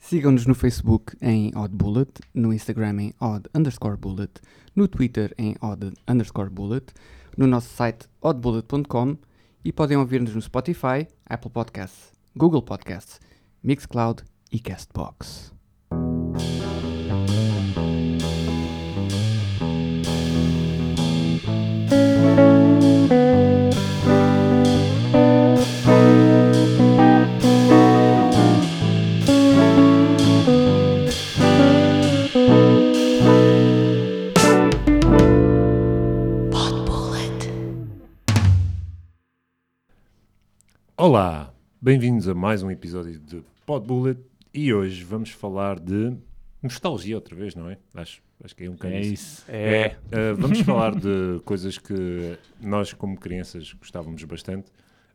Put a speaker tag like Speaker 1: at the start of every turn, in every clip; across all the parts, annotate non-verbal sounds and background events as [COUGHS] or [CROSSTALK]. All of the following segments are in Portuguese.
Speaker 1: Sigam-nos no Facebook em oddbullet, no Instagram em odd underscore bullet, no Twitter em odd underscore bullet, no nosso site oddbullet.com e podem ouvir-nos no Spotify, Apple Podcasts, Google Podcasts, Mixcloud e Castbox.
Speaker 2: Olá, bem-vindos a mais um episódio de Pod Bullet e hoje vamos falar de nostalgia outra vez, não é? Acho, acho que é um bocadinho
Speaker 3: isso.
Speaker 2: É, uh, vamos falar de [LAUGHS] coisas que nós, como crianças, gostávamos bastante,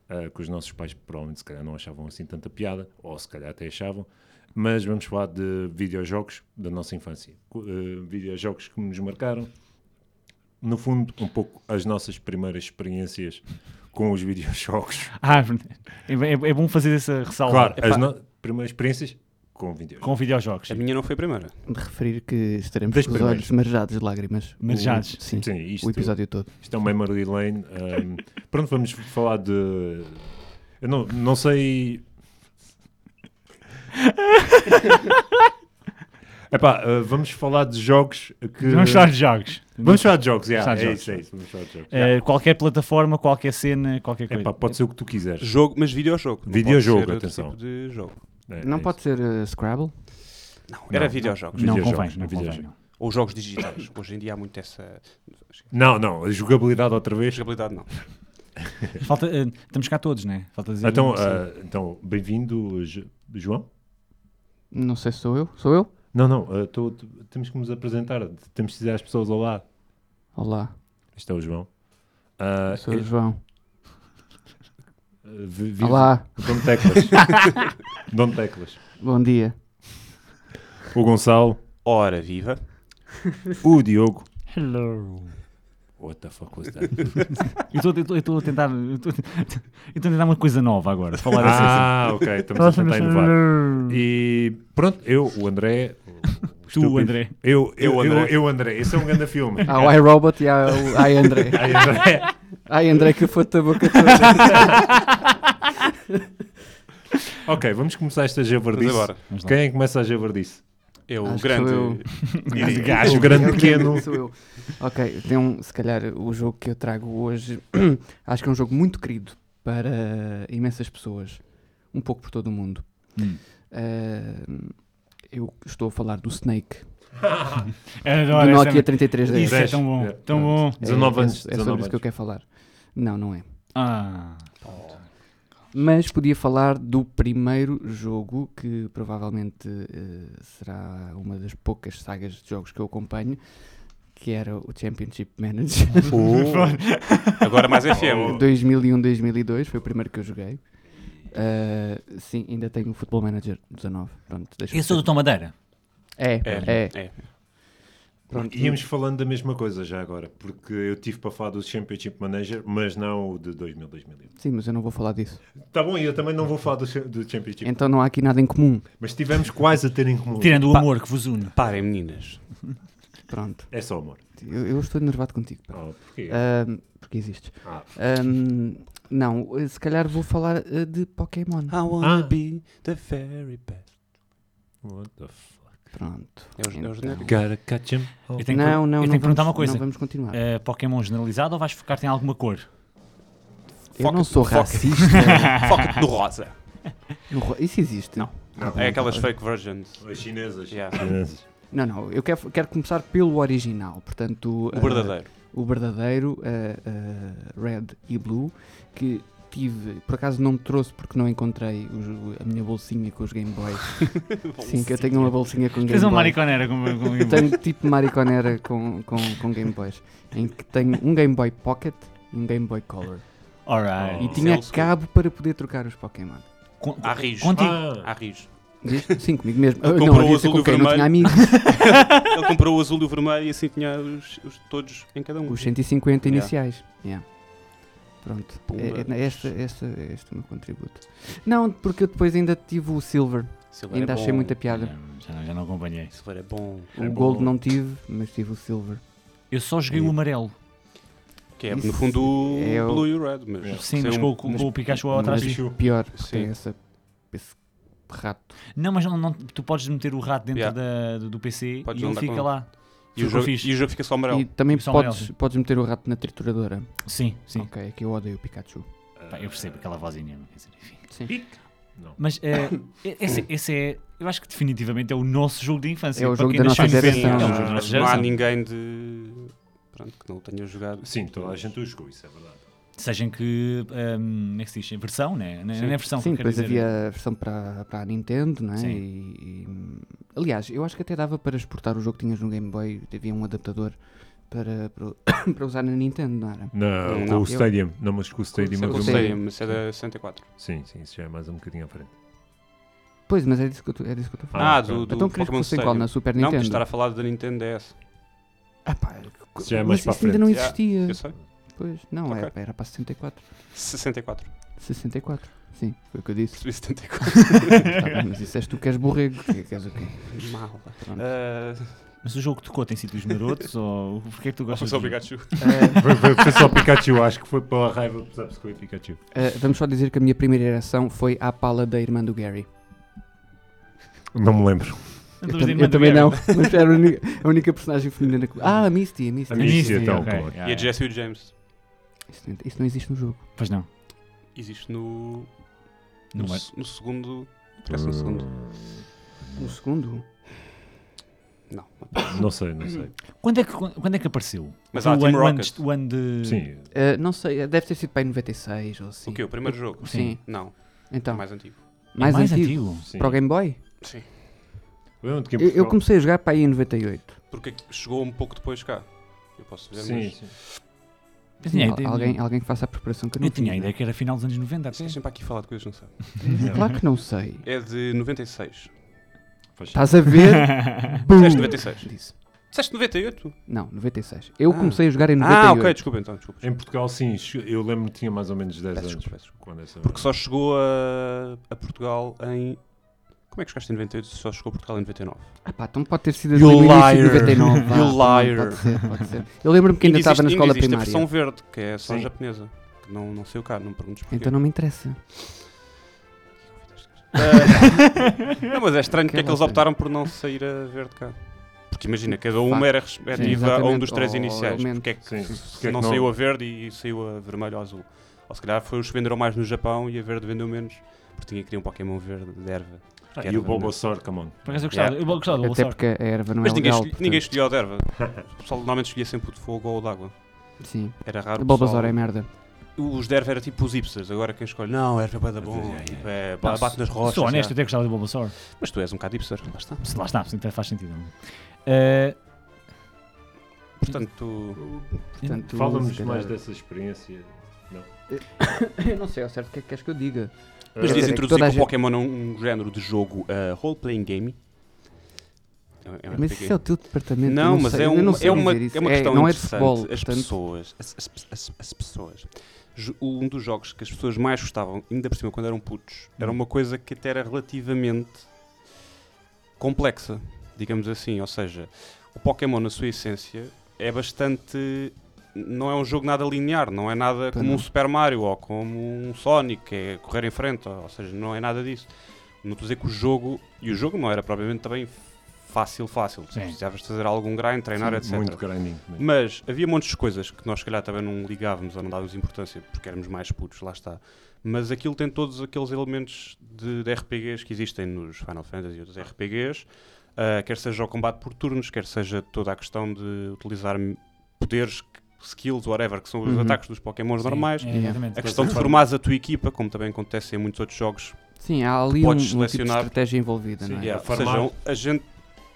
Speaker 2: uh, que os nossos pais provavelmente se calhar não achavam assim tanta piada, ou se calhar até achavam, mas vamos falar de videojogos da nossa infância. Co- Uh, videojogos que nos marcaram, no fundo, um pouco as nossas primeiras experiências com os [LAUGHS] videojogos.
Speaker 3: Ah, é, é- é bom fazer essa ressalva
Speaker 2: Claro,
Speaker 4: Epá.
Speaker 2: as no- primeiras experiências com videojogos.
Speaker 3: com videojogos.
Speaker 2: É
Speaker 4: A minha não foi a primeira.
Speaker 1: De referir que estaremos
Speaker 2: Das
Speaker 1: com os
Speaker 2: primeiras.
Speaker 1: olhos marejados de lágrimas. o-
Speaker 3: Marejados.
Speaker 1: sim,
Speaker 2: Sim, isto,
Speaker 1: o episódio todo.
Speaker 2: isto é uma memory lane. ahm, pronto, vamos falar de... Eu não, não
Speaker 3: [LAUGHS]
Speaker 2: sei... Epá, ah, vamos falar de jogos que...
Speaker 3: Vamos falar de jogos.
Speaker 2: Vamos falar de jogos, yeah,
Speaker 3: Vamos falar
Speaker 2: é
Speaker 3: de jogos.
Speaker 2: isso, é isso. Vamos falar de jogos.
Speaker 3: Eh, qualquer plataforma, qualquer cena, qualquer coisa.
Speaker 2: Epá, pode ser o que tu quiseres.
Speaker 4: Jogo, mas videojogo. Não pode
Speaker 2: Videojogo,
Speaker 4: ser outro
Speaker 2: atenção.
Speaker 4: tipo de jogo.
Speaker 2: É,
Speaker 1: não
Speaker 2: é
Speaker 1: pode ser uh, Scrabble?
Speaker 4: Não, era
Speaker 2: Não.
Speaker 4: videojogos.
Speaker 3: Não
Speaker 2: videojogos,
Speaker 3: convém, não convém.
Speaker 2: videojogos.
Speaker 4: Ou jogos digitais. Hoje em dia há muito essa
Speaker 2: isso. Não, não, a jogabilidade outra vez.
Speaker 4: jogabilidade, não.
Speaker 3: não. Falta, eh, estamos cá todos, né? Falta dizer.
Speaker 2: Então,
Speaker 3: sim.
Speaker 2: ah, então bem-vindo, Jo- João.
Speaker 1: Não sei se sou eu. Sou eu?
Speaker 2: Não, não, eh, tô- t- temos que nos apresentar, temos que dizer às pessoas olá.
Speaker 1: Olá,
Speaker 2: Este é o João. Ah,
Speaker 1: sou
Speaker 2: eh,
Speaker 1: o João.
Speaker 2: eh, vi- vive-
Speaker 1: Olá,
Speaker 2: Dom Teclas. Dom Teclas.
Speaker 1: bom dia.
Speaker 2: O Gonçalo.
Speaker 4: Hora viva.
Speaker 2: O Diogo.
Speaker 3: Hello.
Speaker 2: What the fuck was that?
Speaker 3: Eu estou- eu estou a tentar. Eu estou eu estou a tentar uma coisa nova agora. Falar assim.
Speaker 2: ah, ok, estamos a tentar inovar.
Speaker 1: um
Speaker 3: Hello.
Speaker 2: E pronto, eu, o André. o- o estúpido.
Speaker 3: André.
Speaker 2: Eu, eu, eu,
Speaker 4: Eu, André.
Speaker 2: eu, André. Esse é um grande filme.
Speaker 1: Há Ah, o iRobot e há o ai
Speaker 2: [LAUGHS]
Speaker 1: André.
Speaker 2: Ai, André.
Speaker 1: Ai André que foi a boca
Speaker 2: [LAUGHS]
Speaker 1: toda.
Speaker 2: ok, vamos começar esta
Speaker 4: Mas
Speaker 2: javardice.
Speaker 4: agora.
Speaker 3: Vamos lá.
Speaker 2: Quem é que começa a javardice?
Speaker 4: Eu,
Speaker 1: Acho
Speaker 4: o
Speaker 1: que
Speaker 4: grande.
Speaker 1: sou
Speaker 4: [LAUGHS]
Speaker 1: eu.
Speaker 2: Grande gajo, grande pequeno.
Speaker 1: Sou eu. Ok, tem um, se calhar o jogo que eu trago hoje, [CLEARS THROAT] acho que é um jogo muito querido para imensas pessoas, um pouco por todo o mundo.
Speaker 3: Hum.
Speaker 1: Eh, eu estou a falar do Snake,
Speaker 3: Adoro
Speaker 1: do
Speaker 3: essa-
Speaker 1: Nokia 3310.
Speaker 3: Isso é tão bom.
Speaker 2: É,
Speaker 3: Tão bom.
Speaker 1: É,
Speaker 2: 19
Speaker 1: é-
Speaker 2: anos.
Speaker 1: É, sobre
Speaker 2: 19
Speaker 1: isso que eu
Speaker 2: anos.
Speaker 1: quero falar. Não, não é.
Speaker 3: Ah.
Speaker 1: Mas podia falar do primeiro jogo, que provavelmente eh, será uma das poucas sagas de jogos que eu acompanho, que era o Championship Manager.
Speaker 4: Agora mais
Speaker 2: [LAUGHS]
Speaker 4: FM.
Speaker 1: 2001-2002 foi o primeiro que eu joguei. Ah, sim, ainda tenho o Football Manager 19. Pronto, deixa
Speaker 3: Eu sou do Tom Madeira.
Speaker 1: É,
Speaker 2: Oh.
Speaker 1: é.
Speaker 4: É.
Speaker 1: Pronto.
Speaker 2: Íamos falando da mesma coisa já agora, porque eu tive para falar do Championship Manager, mas não o de 2000, 2001.
Speaker 1: Sim, mas eu não vou falar disso.
Speaker 2: Tá bom, e eu também não vou falar do, cha- do
Speaker 3: Tipo-
Speaker 2: Championship,
Speaker 1: Então não há aqui nada em comum.
Speaker 2: mas tivemos quase a ter em comum.
Speaker 3: Tirando o amor que vos une.
Speaker 4: Parem, meninas.
Speaker 1: Pronto.
Speaker 2: É só amor.
Speaker 1: Eu, eu estou enervado contigo. pá.
Speaker 2: Oh, porquê?
Speaker 1: Ah, porque existes.
Speaker 2: Ah.
Speaker 1: Ahm, não, eh, se calhar vou falar eh, de Pokémon.
Speaker 4: I wanna
Speaker 2: Ah.
Speaker 4: be the very best.
Speaker 2: What the fuck?
Speaker 1: Pronto.
Speaker 4: É o- é o
Speaker 1: Então.
Speaker 4: genérico.
Speaker 2: Gotta catch him.
Speaker 3: Eu tenho que-
Speaker 1: não, não,
Speaker 3: eu tenho que
Speaker 1: não
Speaker 3: perguntar
Speaker 1: vamos-
Speaker 3: uma coisa.
Speaker 1: Não vamos continuar.
Speaker 3: Eh, Pokémon generalizado ou vais focar-te em alguma cor?
Speaker 1: eu não sou
Speaker 3: [LAUGHS]
Speaker 4: foca-
Speaker 1: racista.
Speaker 4: Foca-te no rosa.
Speaker 1: No ro- Isso existe? Não.
Speaker 4: É aquelas fake versions.
Speaker 2: As chinesas.
Speaker 4: Yeah.
Speaker 1: É.
Speaker 2: Chinesas.
Speaker 1: Não, não. Eu quero, quero começar pelo original. Portanto,
Speaker 4: O
Speaker 1: ah,
Speaker 4: verdadeiro.
Speaker 1: o verdadeiro, eh, eh, Red e Blue, que tive, por acaso não me trouxe porque não encontrei os- a minha bolsinha com os Game
Speaker 4: [LAUGHS]
Speaker 1: Boys. Sim, que eu tenho uma bolsinha com Game
Speaker 4: um
Speaker 3: Tens uma
Speaker 1: Boys.
Speaker 3: mariconera com,
Speaker 1: [LAUGHS]
Speaker 3: com-
Speaker 1: Tenho tipo mariconera com, com, com Game Boys, em que tenho um Game Boy Pocket e um Game Boy Color.
Speaker 3: Alright.
Speaker 1: Oh. E tipo,
Speaker 4: Isso é
Speaker 1: tinha
Speaker 4: old school.
Speaker 1: cabo para poder trocar os Pokémon.
Speaker 3: Con-
Speaker 4: Há rios.
Speaker 3: Contigo.
Speaker 2: Ah,
Speaker 4: Há rios.
Speaker 1: Diz? Sim, comigo mesmo. Ah,
Speaker 4: Ele [LAUGHS] comprou
Speaker 1: não, havia
Speaker 4: o
Speaker 1: ser
Speaker 4: azul
Speaker 1: com
Speaker 4: e o
Speaker 1: quem? Eu Não tinha amigos.
Speaker 4: Ele comprou o azul e o vermelho e assim tinha os, os todos em cada um.
Speaker 1: Os 150
Speaker 4: Yeah.
Speaker 1: iniciais. Yeah. Pronto.
Speaker 4: Pumba.
Speaker 1: É, é- é este, este, este é o meu contributo. Não, porque eu depois ainda tive o Silver,
Speaker 4: Silver
Speaker 1: Ainda
Speaker 4: é
Speaker 1: achei
Speaker 4: bom.
Speaker 1: muita piada.
Speaker 3: Já, não- já não acompanhei.
Speaker 4: Silver é bom.
Speaker 1: O
Speaker 2: É bom.
Speaker 1: gold não tive, mas tive o silver.
Speaker 3: Eu só joguei o amarelo.
Speaker 4: Que é,
Speaker 1: Isso
Speaker 4: no fundo, o
Speaker 1: é o-
Speaker 4: Blue e o Red. Mas
Speaker 3: Sim,
Speaker 4: sem
Speaker 3: mas
Speaker 4: um-
Speaker 3: com, com- com o Pikachu ao atrás.
Speaker 1: Mas pior que
Speaker 4: Sim.
Speaker 1: tem essa, esse rato.
Speaker 3: Não, mas não, não- tu podes meter o rato dentro
Speaker 4: Yeah.
Speaker 3: da- do, do PC
Speaker 4: Podes
Speaker 3: e ele
Speaker 4: andar com
Speaker 3: fica
Speaker 4: ele.
Speaker 3: lá.
Speaker 4: e, o
Speaker 3: Ficou
Speaker 4: jogo,
Speaker 3: fixe.
Speaker 4: e o jogo fica só amarelo.
Speaker 1: E também
Speaker 3: Só
Speaker 1: podes,
Speaker 3: amarelo.
Speaker 1: podes meter o rato na trituradora.
Speaker 3: Sim, sim.
Speaker 1: Ok, aqui eu odeio o Pikachu.
Speaker 3: Pá, eu percebo aquela vozinha. mas, quer dizer, enfim.
Speaker 2: Não.
Speaker 3: Mas
Speaker 1: [COUGHS]
Speaker 3: eh, esse, esse é, eu acho que definitivamente é o nosso jogo de infância.
Speaker 1: É o
Speaker 3: para
Speaker 1: jogo
Speaker 3: quem
Speaker 1: da nossa
Speaker 3: nasceu em
Speaker 1: geração. Sim,
Speaker 3: noventa, é o
Speaker 1: não-
Speaker 3: jogo da nossa
Speaker 4: não há
Speaker 3: geração.
Speaker 4: ninguém de. Pronto, que não o tenha jogado.
Speaker 2: Sim, toda a gente o jogou, isso é verdade.
Speaker 3: Seja em que, eh, como é que se diz? Em versão, né? Não é-
Speaker 4: Sim.
Speaker 3: não é versão,
Speaker 1: Sim,
Speaker 3: que eu quero
Speaker 1: depois
Speaker 3: dizer.
Speaker 1: havia a versão para, para a Nintendo, não é?
Speaker 3: Sim.
Speaker 1: E, e, aliás, eu acho que até dava para exportar o jogo que tinhas no Game Boy, havia um adaptador para, [COUGHS] para, para usar na Nintendo, não era?
Speaker 2: Não,
Speaker 4: Não,
Speaker 2: com
Speaker 4: não.
Speaker 2: o Stadium. Não, mas com o Stadium.
Speaker 4: Isso é
Speaker 2: eu
Speaker 4: que eu
Speaker 1: Sim.
Speaker 2: vi-
Speaker 4: sei, mas é da 64.
Speaker 2: Sim, sim, isso já é mais um bocadinho à frente.
Speaker 1: Pois, mas é disso que eu, tô- é disso que eu estou a falar.
Speaker 2: Ah,
Speaker 4: Ah,
Speaker 2: ok.
Speaker 4: do, do
Speaker 1: então querias que
Speaker 4: Pokémon
Speaker 1: fosse em
Speaker 4: Stadium.
Speaker 1: qual? Na Super
Speaker 4: Não, por
Speaker 1: Nintendo?
Speaker 4: estar a falar da Nintendo DS.
Speaker 1: Ah pá,
Speaker 2: Isso já é
Speaker 1: mas
Speaker 2: mais
Speaker 1: isso
Speaker 2: para a frente.
Speaker 1: ainda não
Speaker 4: Yeah,
Speaker 1: existia.
Speaker 4: Eu sei.
Speaker 1: Pois, não,
Speaker 4: Ok.
Speaker 1: era, era para 64.
Speaker 4: 64.
Speaker 1: 64, sim, foi o que eu
Speaker 4: [LAUGHS]
Speaker 1: disse.
Speaker 4: Percebi 74.
Speaker 1: Tá bem, mas isso és tu que és borrego. Que queres o
Speaker 4: [LAUGHS]
Speaker 1: quê?
Speaker 4: Mala.
Speaker 1: Pronto.
Speaker 4: Ah,
Speaker 3: Mas o jogo tocou tem sítios marotos? ou porquê é que tu
Speaker 4: Ou
Speaker 3: gostas
Speaker 4: só
Speaker 3: do jogo?
Speaker 4: Pikachu.
Speaker 2: [LAUGHS]
Speaker 1: Ah,
Speaker 2: Foi- foi- Foi só Pikachu, acho que foi para a raiva, apesar de escolher Pikachu.
Speaker 1: Ah, vamos só dizer que a minha primeira ereção foi à pala da irmã do Gary.
Speaker 2: Não me lembro.
Speaker 1: Eu, tam-
Speaker 3: Não estamos a dizer Então
Speaker 1: eu também não,
Speaker 3: nada.
Speaker 1: mas era a única, a única personagem feminina que. Ah, a Misty, a Misty.
Speaker 2: A Misty. Início, então,
Speaker 3: ok,
Speaker 2: pronto.
Speaker 3: yeah,
Speaker 4: E a
Speaker 3: yeah.
Speaker 4: Jesse e o James.
Speaker 1: Isso, não, isso não existe no jogo.
Speaker 3: Pois não.
Speaker 4: Existe no. No,
Speaker 3: Não é.
Speaker 4: se- no segundo. Parece no é segundo.
Speaker 1: Um segundo.
Speaker 4: Não.
Speaker 2: Não sei, não sei.
Speaker 3: Quando é que, quando é que apareceu?
Speaker 4: Mas
Speaker 3: o
Speaker 4: há
Speaker 3: ano,
Speaker 4: Team
Speaker 3: o ano
Speaker 4: Rocket.
Speaker 3: de- o ano de...
Speaker 2: Sim,
Speaker 1: Ah, não sei, deve ter sido para em 96 ou assim.
Speaker 4: O quê? O primeiro jogo?
Speaker 1: Sim,
Speaker 4: Não.
Speaker 1: então.
Speaker 4: É
Speaker 1: Mais,
Speaker 4: mais antigo.
Speaker 3: É mais,
Speaker 1: antigo.
Speaker 3: antigo.
Speaker 2: sim.
Speaker 1: Para o Game Boy?
Speaker 4: Sim.
Speaker 2: Lembram-te que em
Speaker 1: Eu, eu
Speaker 2: Portugal-
Speaker 1: comecei a jogar para aí em 98.
Speaker 4: Porque é que chegou um pouco depois cá. Eu posso dizer,
Speaker 2: Sim,
Speaker 4: mas.
Speaker 2: sim.
Speaker 3: Eu tinha a
Speaker 1: Al-
Speaker 3: ideia-
Speaker 1: alguém, alguém que faça a preparação que eu não
Speaker 3: Eu tinha a
Speaker 1: fiz,
Speaker 3: ideia que era final dos anos 90 até. [LAUGHS]
Speaker 4: Estás sempre aqui a falar de coisas, não sabe?
Speaker 3: Uhum.
Speaker 1: não é? Claro que não sei.
Speaker 4: É de 96.
Speaker 2: Faz
Speaker 1: Estás a
Speaker 3: [LAUGHS]
Speaker 1: ver? Bum!
Speaker 4: Disseste 96.
Speaker 1: Disse.
Speaker 4: Disseste 98?
Speaker 1: Não, 96. Eu
Speaker 4: Ah.
Speaker 1: comecei a jogar em 98.
Speaker 4: Ah, ok, desculpa então, desculpa.
Speaker 2: Em Portugal, sim, che- eu lembro-me que tinha mais ou menos 10
Speaker 4: Peço
Speaker 2: anos.
Speaker 4: desculpa, peço desculpa.
Speaker 2: Quando essa...
Speaker 4: Porque só chegou a, a Portugal em. Como é que chegaste em 98 se só chegou a Portugal em 99?
Speaker 1: Ah pá, então pode ter sido
Speaker 4: You
Speaker 1: ali no início de
Speaker 4: liar.
Speaker 1: 99. vá,
Speaker 4: You
Speaker 1: também
Speaker 4: liar.
Speaker 1: Pode ser, pode ser. Eu lembro-me que ainda
Speaker 4: Ainda
Speaker 1: estava na
Speaker 4: existe-
Speaker 1: escola
Speaker 4: ainda existe
Speaker 1: primária.
Speaker 4: a versão verde, que é só
Speaker 2: Sim.
Speaker 4: japonesa. Que não, não sei o cá, não me perguntes porquê.
Speaker 1: Então não me interessa.
Speaker 4: [LAUGHS] Ah, não, mas é estranho porque é que eles
Speaker 1: Aquela
Speaker 4: optaram por não sair a verde cá. Porque imagina, cada uma
Speaker 1: Facto.
Speaker 4: era respectiva a um
Speaker 1: exatamente,
Speaker 4: dos três
Speaker 1: ao
Speaker 4: iniciais.
Speaker 1: elemento.
Speaker 4: Porque é que
Speaker 2: Sim, porque é
Speaker 4: não,
Speaker 2: que não-
Speaker 4: saiu a verde e saiu a vermelho ou azul? Ou se calhar foi os que venderam mais no Japão e a verde vendeu menos. Porque tinha que criar um Pokémon verde de erva.
Speaker 2: Ah, e o
Speaker 4: é?
Speaker 2: Bulbasaur, come on.
Speaker 3: Por acaso eu gostava, eu gostava do
Speaker 1: É. Até
Speaker 3: Bulbasaur.
Speaker 1: porque a erva não
Speaker 4: Mas
Speaker 1: é
Speaker 4: ninguém,
Speaker 1: legal.
Speaker 4: escolhe- ninguém escolhia o de erva. O pessoal normalmente escolhia sempre o de fogo ou o de água.
Speaker 1: portanto, Sim.
Speaker 4: Era raro.
Speaker 1: O
Speaker 4: o
Speaker 1: Bulbasaur
Speaker 4: pessoal-
Speaker 1: é merda.
Speaker 4: Os Derv era tipo os hipsters, agora quem escolhe, não, Derv é bué da bom,
Speaker 2: É, é,
Speaker 4: tipo, é, ba-
Speaker 3: Não,
Speaker 4: bate nas rochas.
Speaker 3: Sou honesto,
Speaker 4: já.
Speaker 3: eu até gostava do Bulbasaur.
Speaker 4: Mas tu és um bocado hipster, lá está.
Speaker 3: Se lá está, portanto, até faz sentido. Eh,
Speaker 4: Portanto, tu...
Speaker 1: Portanto,
Speaker 2: Fala-nos
Speaker 1: se calhar-
Speaker 2: mais dessa experiência.
Speaker 1: [LAUGHS] Eu não sei ao certo o que é que queres que eu diga.
Speaker 4: Mas
Speaker 1: Quer
Speaker 4: diz
Speaker 1: dizer, é que
Speaker 4: introduzir
Speaker 1: toda a
Speaker 4: com o
Speaker 1: gente-
Speaker 4: Pokémon a um género de jogo eh, role-playing game. É um- é um
Speaker 1: Mas
Speaker 4: RPG.
Speaker 1: isso é o teu departamento. eu
Speaker 4: Não, mas
Speaker 1: sei-
Speaker 4: é,
Speaker 1: eu
Speaker 4: um,
Speaker 1: não sei
Speaker 4: é, uma,
Speaker 1: dizer isso.
Speaker 4: é uma questão
Speaker 1: não é de
Speaker 4: interessante.
Speaker 1: futebol.
Speaker 4: as
Speaker 1: portanto,
Speaker 4: pessoas, as, as- as- as pessoas. Ju- Um dos jogos que as pessoas mais gostavam, ainda por cima quando eram putos, era
Speaker 1: Hum.
Speaker 4: uma coisa que até era relativamente complexa, digamos assim. Ou seja, o Pokémon, na sua essência, é bastante. Não é um jogo nada linear, não é nada
Speaker 1: Pois
Speaker 4: como um
Speaker 1: não.
Speaker 4: Super Mario ou como um Sonic, que é correr em frente, ou seja, não é nada disso. Não estou a dizer que o jogo. E o jogo não era propriamente também fácil, fácil.
Speaker 3: Sim.
Speaker 4: Precisavas de fazer algum grind, treinar,
Speaker 2: Sim,
Speaker 4: etc.
Speaker 2: Muito grinding. mesmo.
Speaker 4: Mas havia montes de coisas que nós, se calhar, também não ligávamos ou não dávamos importância porque éramos mais putos, lá está. Mas aquilo tem todos aqueles elementos de, de RPGs que existem nos Final Fantasy e outros RPGs, ah, quer seja o combate por turnos, quer seja toda a questão de utilizar poderes, skills, whatever, que são os
Speaker 1: Uhum.
Speaker 4: ataques dos Pokémons
Speaker 3: sim,
Speaker 4: normais.
Speaker 3: é,
Speaker 1: Yeah.
Speaker 3: exatamente.
Speaker 4: A questão de formares a tua equipa, como também acontece em muitos outros jogos,
Speaker 1: Sim, há ali um, um
Speaker 4: podes
Speaker 1: tipo de
Speaker 4: selecionar-
Speaker 1: estratégia envolvida,
Speaker 2: Sim,
Speaker 1: não é?
Speaker 2: yeah.
Speaker 4: Ou seja,
Speaker 2: Farmar.
Speaker 4: um- a gente,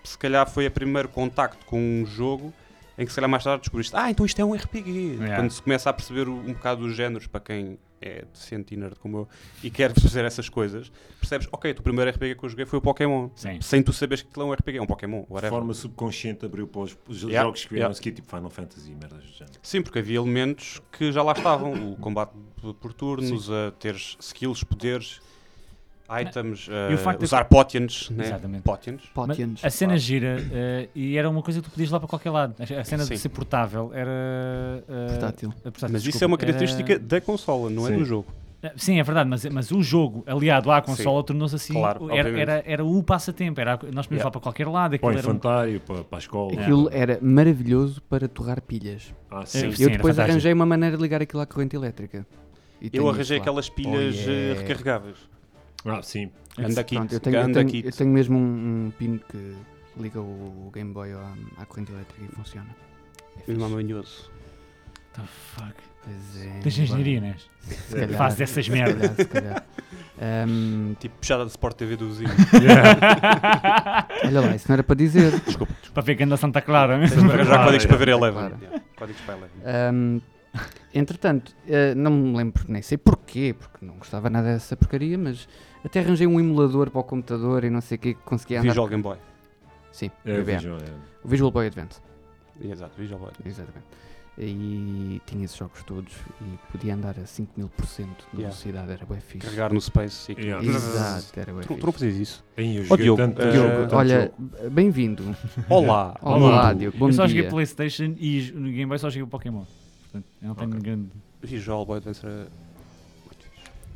Speaker 4: se calhar, foi o primeiro contacto com um jogo em que, se calhar, mais tarde descobriste, ah, então isto é um RPG.
Speaker 3: Yeah.
Speaker 4: Quando se começa a perceber o- um bocado os géneros, para quem é deficiente e nerd como eu e quer [LAUGHS] fazer essas coisas, percebes, ok, o primeiro RPG que eu joguei foi o Pokémon.
Speaker 3: Sim.
Speaker 4: Sem tu saberes que aquilo é um RPG, é um Pokémon,
Speaker 2: De
Speaker 4: whatever.
Speaker 2: forma subconsciente abriu para os os
Speaker 4: Yeah,
Speaker 2: jogos que vieram
Speaker 4: yeah.
Speaker 2: a seguir, tipo Final Fantasy e merdas do género.
Speaker 4: Sim, porque havia elementos que já lá estavam. O combate por turnos, a ter skills, poderes. items,
Speaker 3: E o facto
Speaker 4: uh,
Speaker 3: de-
Speaker 4: usar potions, né?
Speaker 3: Exatamente.
Speaker 4: Potions.
Speaker 3: Mas
Speaker 1: Potions.
Speaker 3: a cena
Speaker 4: claro.
Speaker 3: gira eh, e era uma coisa que tu podias lá para qualquer lado. A a cena
Speaker 4: Sim.
Speaker 3: de ser portável era. eh,
Speaker 1: Portátil.
Speaker 3: eh, portátil,
Speaker 4: Mas isso
Speaker 3: desculpa.
Speaker 4: é uma
Speaker 3: Era-
Speaker 4: característica da consola, não é
Speaker 2: Sim.
Speaker 4: do jogo.
Speaker 3: Eh, Sim, é verdade, mas, mas o jogo aliado à consola tornou-se assim.
Speaker 4: Claro,
Speaker 3: o- era,
Speaker 4: obviamente.
Speaker 3: era, era o passatempo. Era, a co- nós podíamos
Speaker 2: Yeah.
Speaker 3: lá para qualquer lado.
Speaker 2: Para o
Speaker 3: Aquilo era um-
Speaker 2: infantário, para, para a escola.
Speaker 1: Aquilo era maravilhoso para torrar pilhas.
Speaker 2: Ah, sim.
Speaker 3: é.
Speaker 1: eu
Speaker 3: Sim, era
Speaker 1: depois
Speaker 3: fantástico.
Speaker 1: arranjei uma maneira de ligar aquilo à corrente elétrica. E tenho
Speaker 4: Eu arranjei
Speaker 1: isso lá.
Speaker 4: aquelas pilhas
Speaker 1: Oh,
Speaker 4: eh,
Speaker 1: yeah.
Speaker 4: recarregáveis.
Speaker 3: É.
Speaker 2: Ah, sim.
Speaker 4: Anda aqui,
Speaker 1: Pronto, eu tenho, eu
Speaker 4: anda
Speaker 1: tenho-
Speaker 4: aqui.
Speaker 1: eu tenho mesmo um, um pino que liga o, o Game Boy à, à corrente elétrica e funciona. É fixe.
Speaker 4: Meu nome é manhoso.
Speaker 3: What the fuck?
Speaker 1: Pois é,
Speaker 3: Tens engenharia, né?
Speaker 1: Se calhar, [LAUGHS]
Speaker 3: Faz dessas
Speaker 1: se
Speaker 3: merdas. [LAUGHS]
Speaker 1: calhar, se calhar. Ahm,
Speaker 4: Tipo puxada de Sport TV do vizinho.
Speaker 1: olha lá, isso não era para dizer.
Speaker 4: [LAUGHS] Desculpa.
Speaker 3: para ver que anda Santa Clara. [LAUGHS]
Speaker 4: Tens de arranjar
Speaker 2: Claro,
Speaker 4: códigos
Speaker 2: é,
Speaker 4: para ver Eleven.
Speaker 1: claro.
Speaker 4: Yeah, Códigos para Eleven.
Speaker 1: Ahm, entretanto, eh, não me lembro, nem sei porquê, porque não gostava nada dessa porcaria, mas até arranjei um emulador para o computador e não sei o que, que conseguia andar.
Speaker 4: Visual Game Boy.
Speaker 1: Sim,
Speaker 2: É,
Speaker 1: VBA.
Speaker 2: vejam, é.
Speaker 1: O Visual Boy Advance,
Speaker 4: Exato, Visual Boy.
Speaker 1: exatamente. E tinha esses jogos todos e podia andar a 5000% de
Speaker 4: Yeah.
Speaker 1: velocidade, era bem fixe.
Speaker 4: Carregar no Space. E aquilo.
Speaker 2: Yeah.
Speaker 1: Exato, era bué
Speaker 4: Tu, tu não
Speaker 1: fixe.
Speaker 4: precisas disso.
Speaker 2: Ei, eu
Speaker 4: Ó,
Speaker 2: joguei
Speaker 4: Diogo,
Speaker 2: tanto,
Speaker 4: eh,
Speaker 2: jogo,
Speaker 4: Diogo,
Speaker 2: tanto
Speaker 1: Olha,
Speaker 2: jogo.
Speaker 1: b- bem-vindo.
Speaker 4: [LAUGHS] Olá.
Speaker 1: Olá,
Speaker 2: Olá.
Speaker 1: Diogo, bom
Speaker 3: Eu só joguei
Speaker 1: dia.
Speaker 3: Playstation e no Game Boy só joguei o Pokémon. Portanto, eu não tenho
Speaker 2: Ok.
Speaker 3: grande.
Speaker 4: Visual Boy Advance era-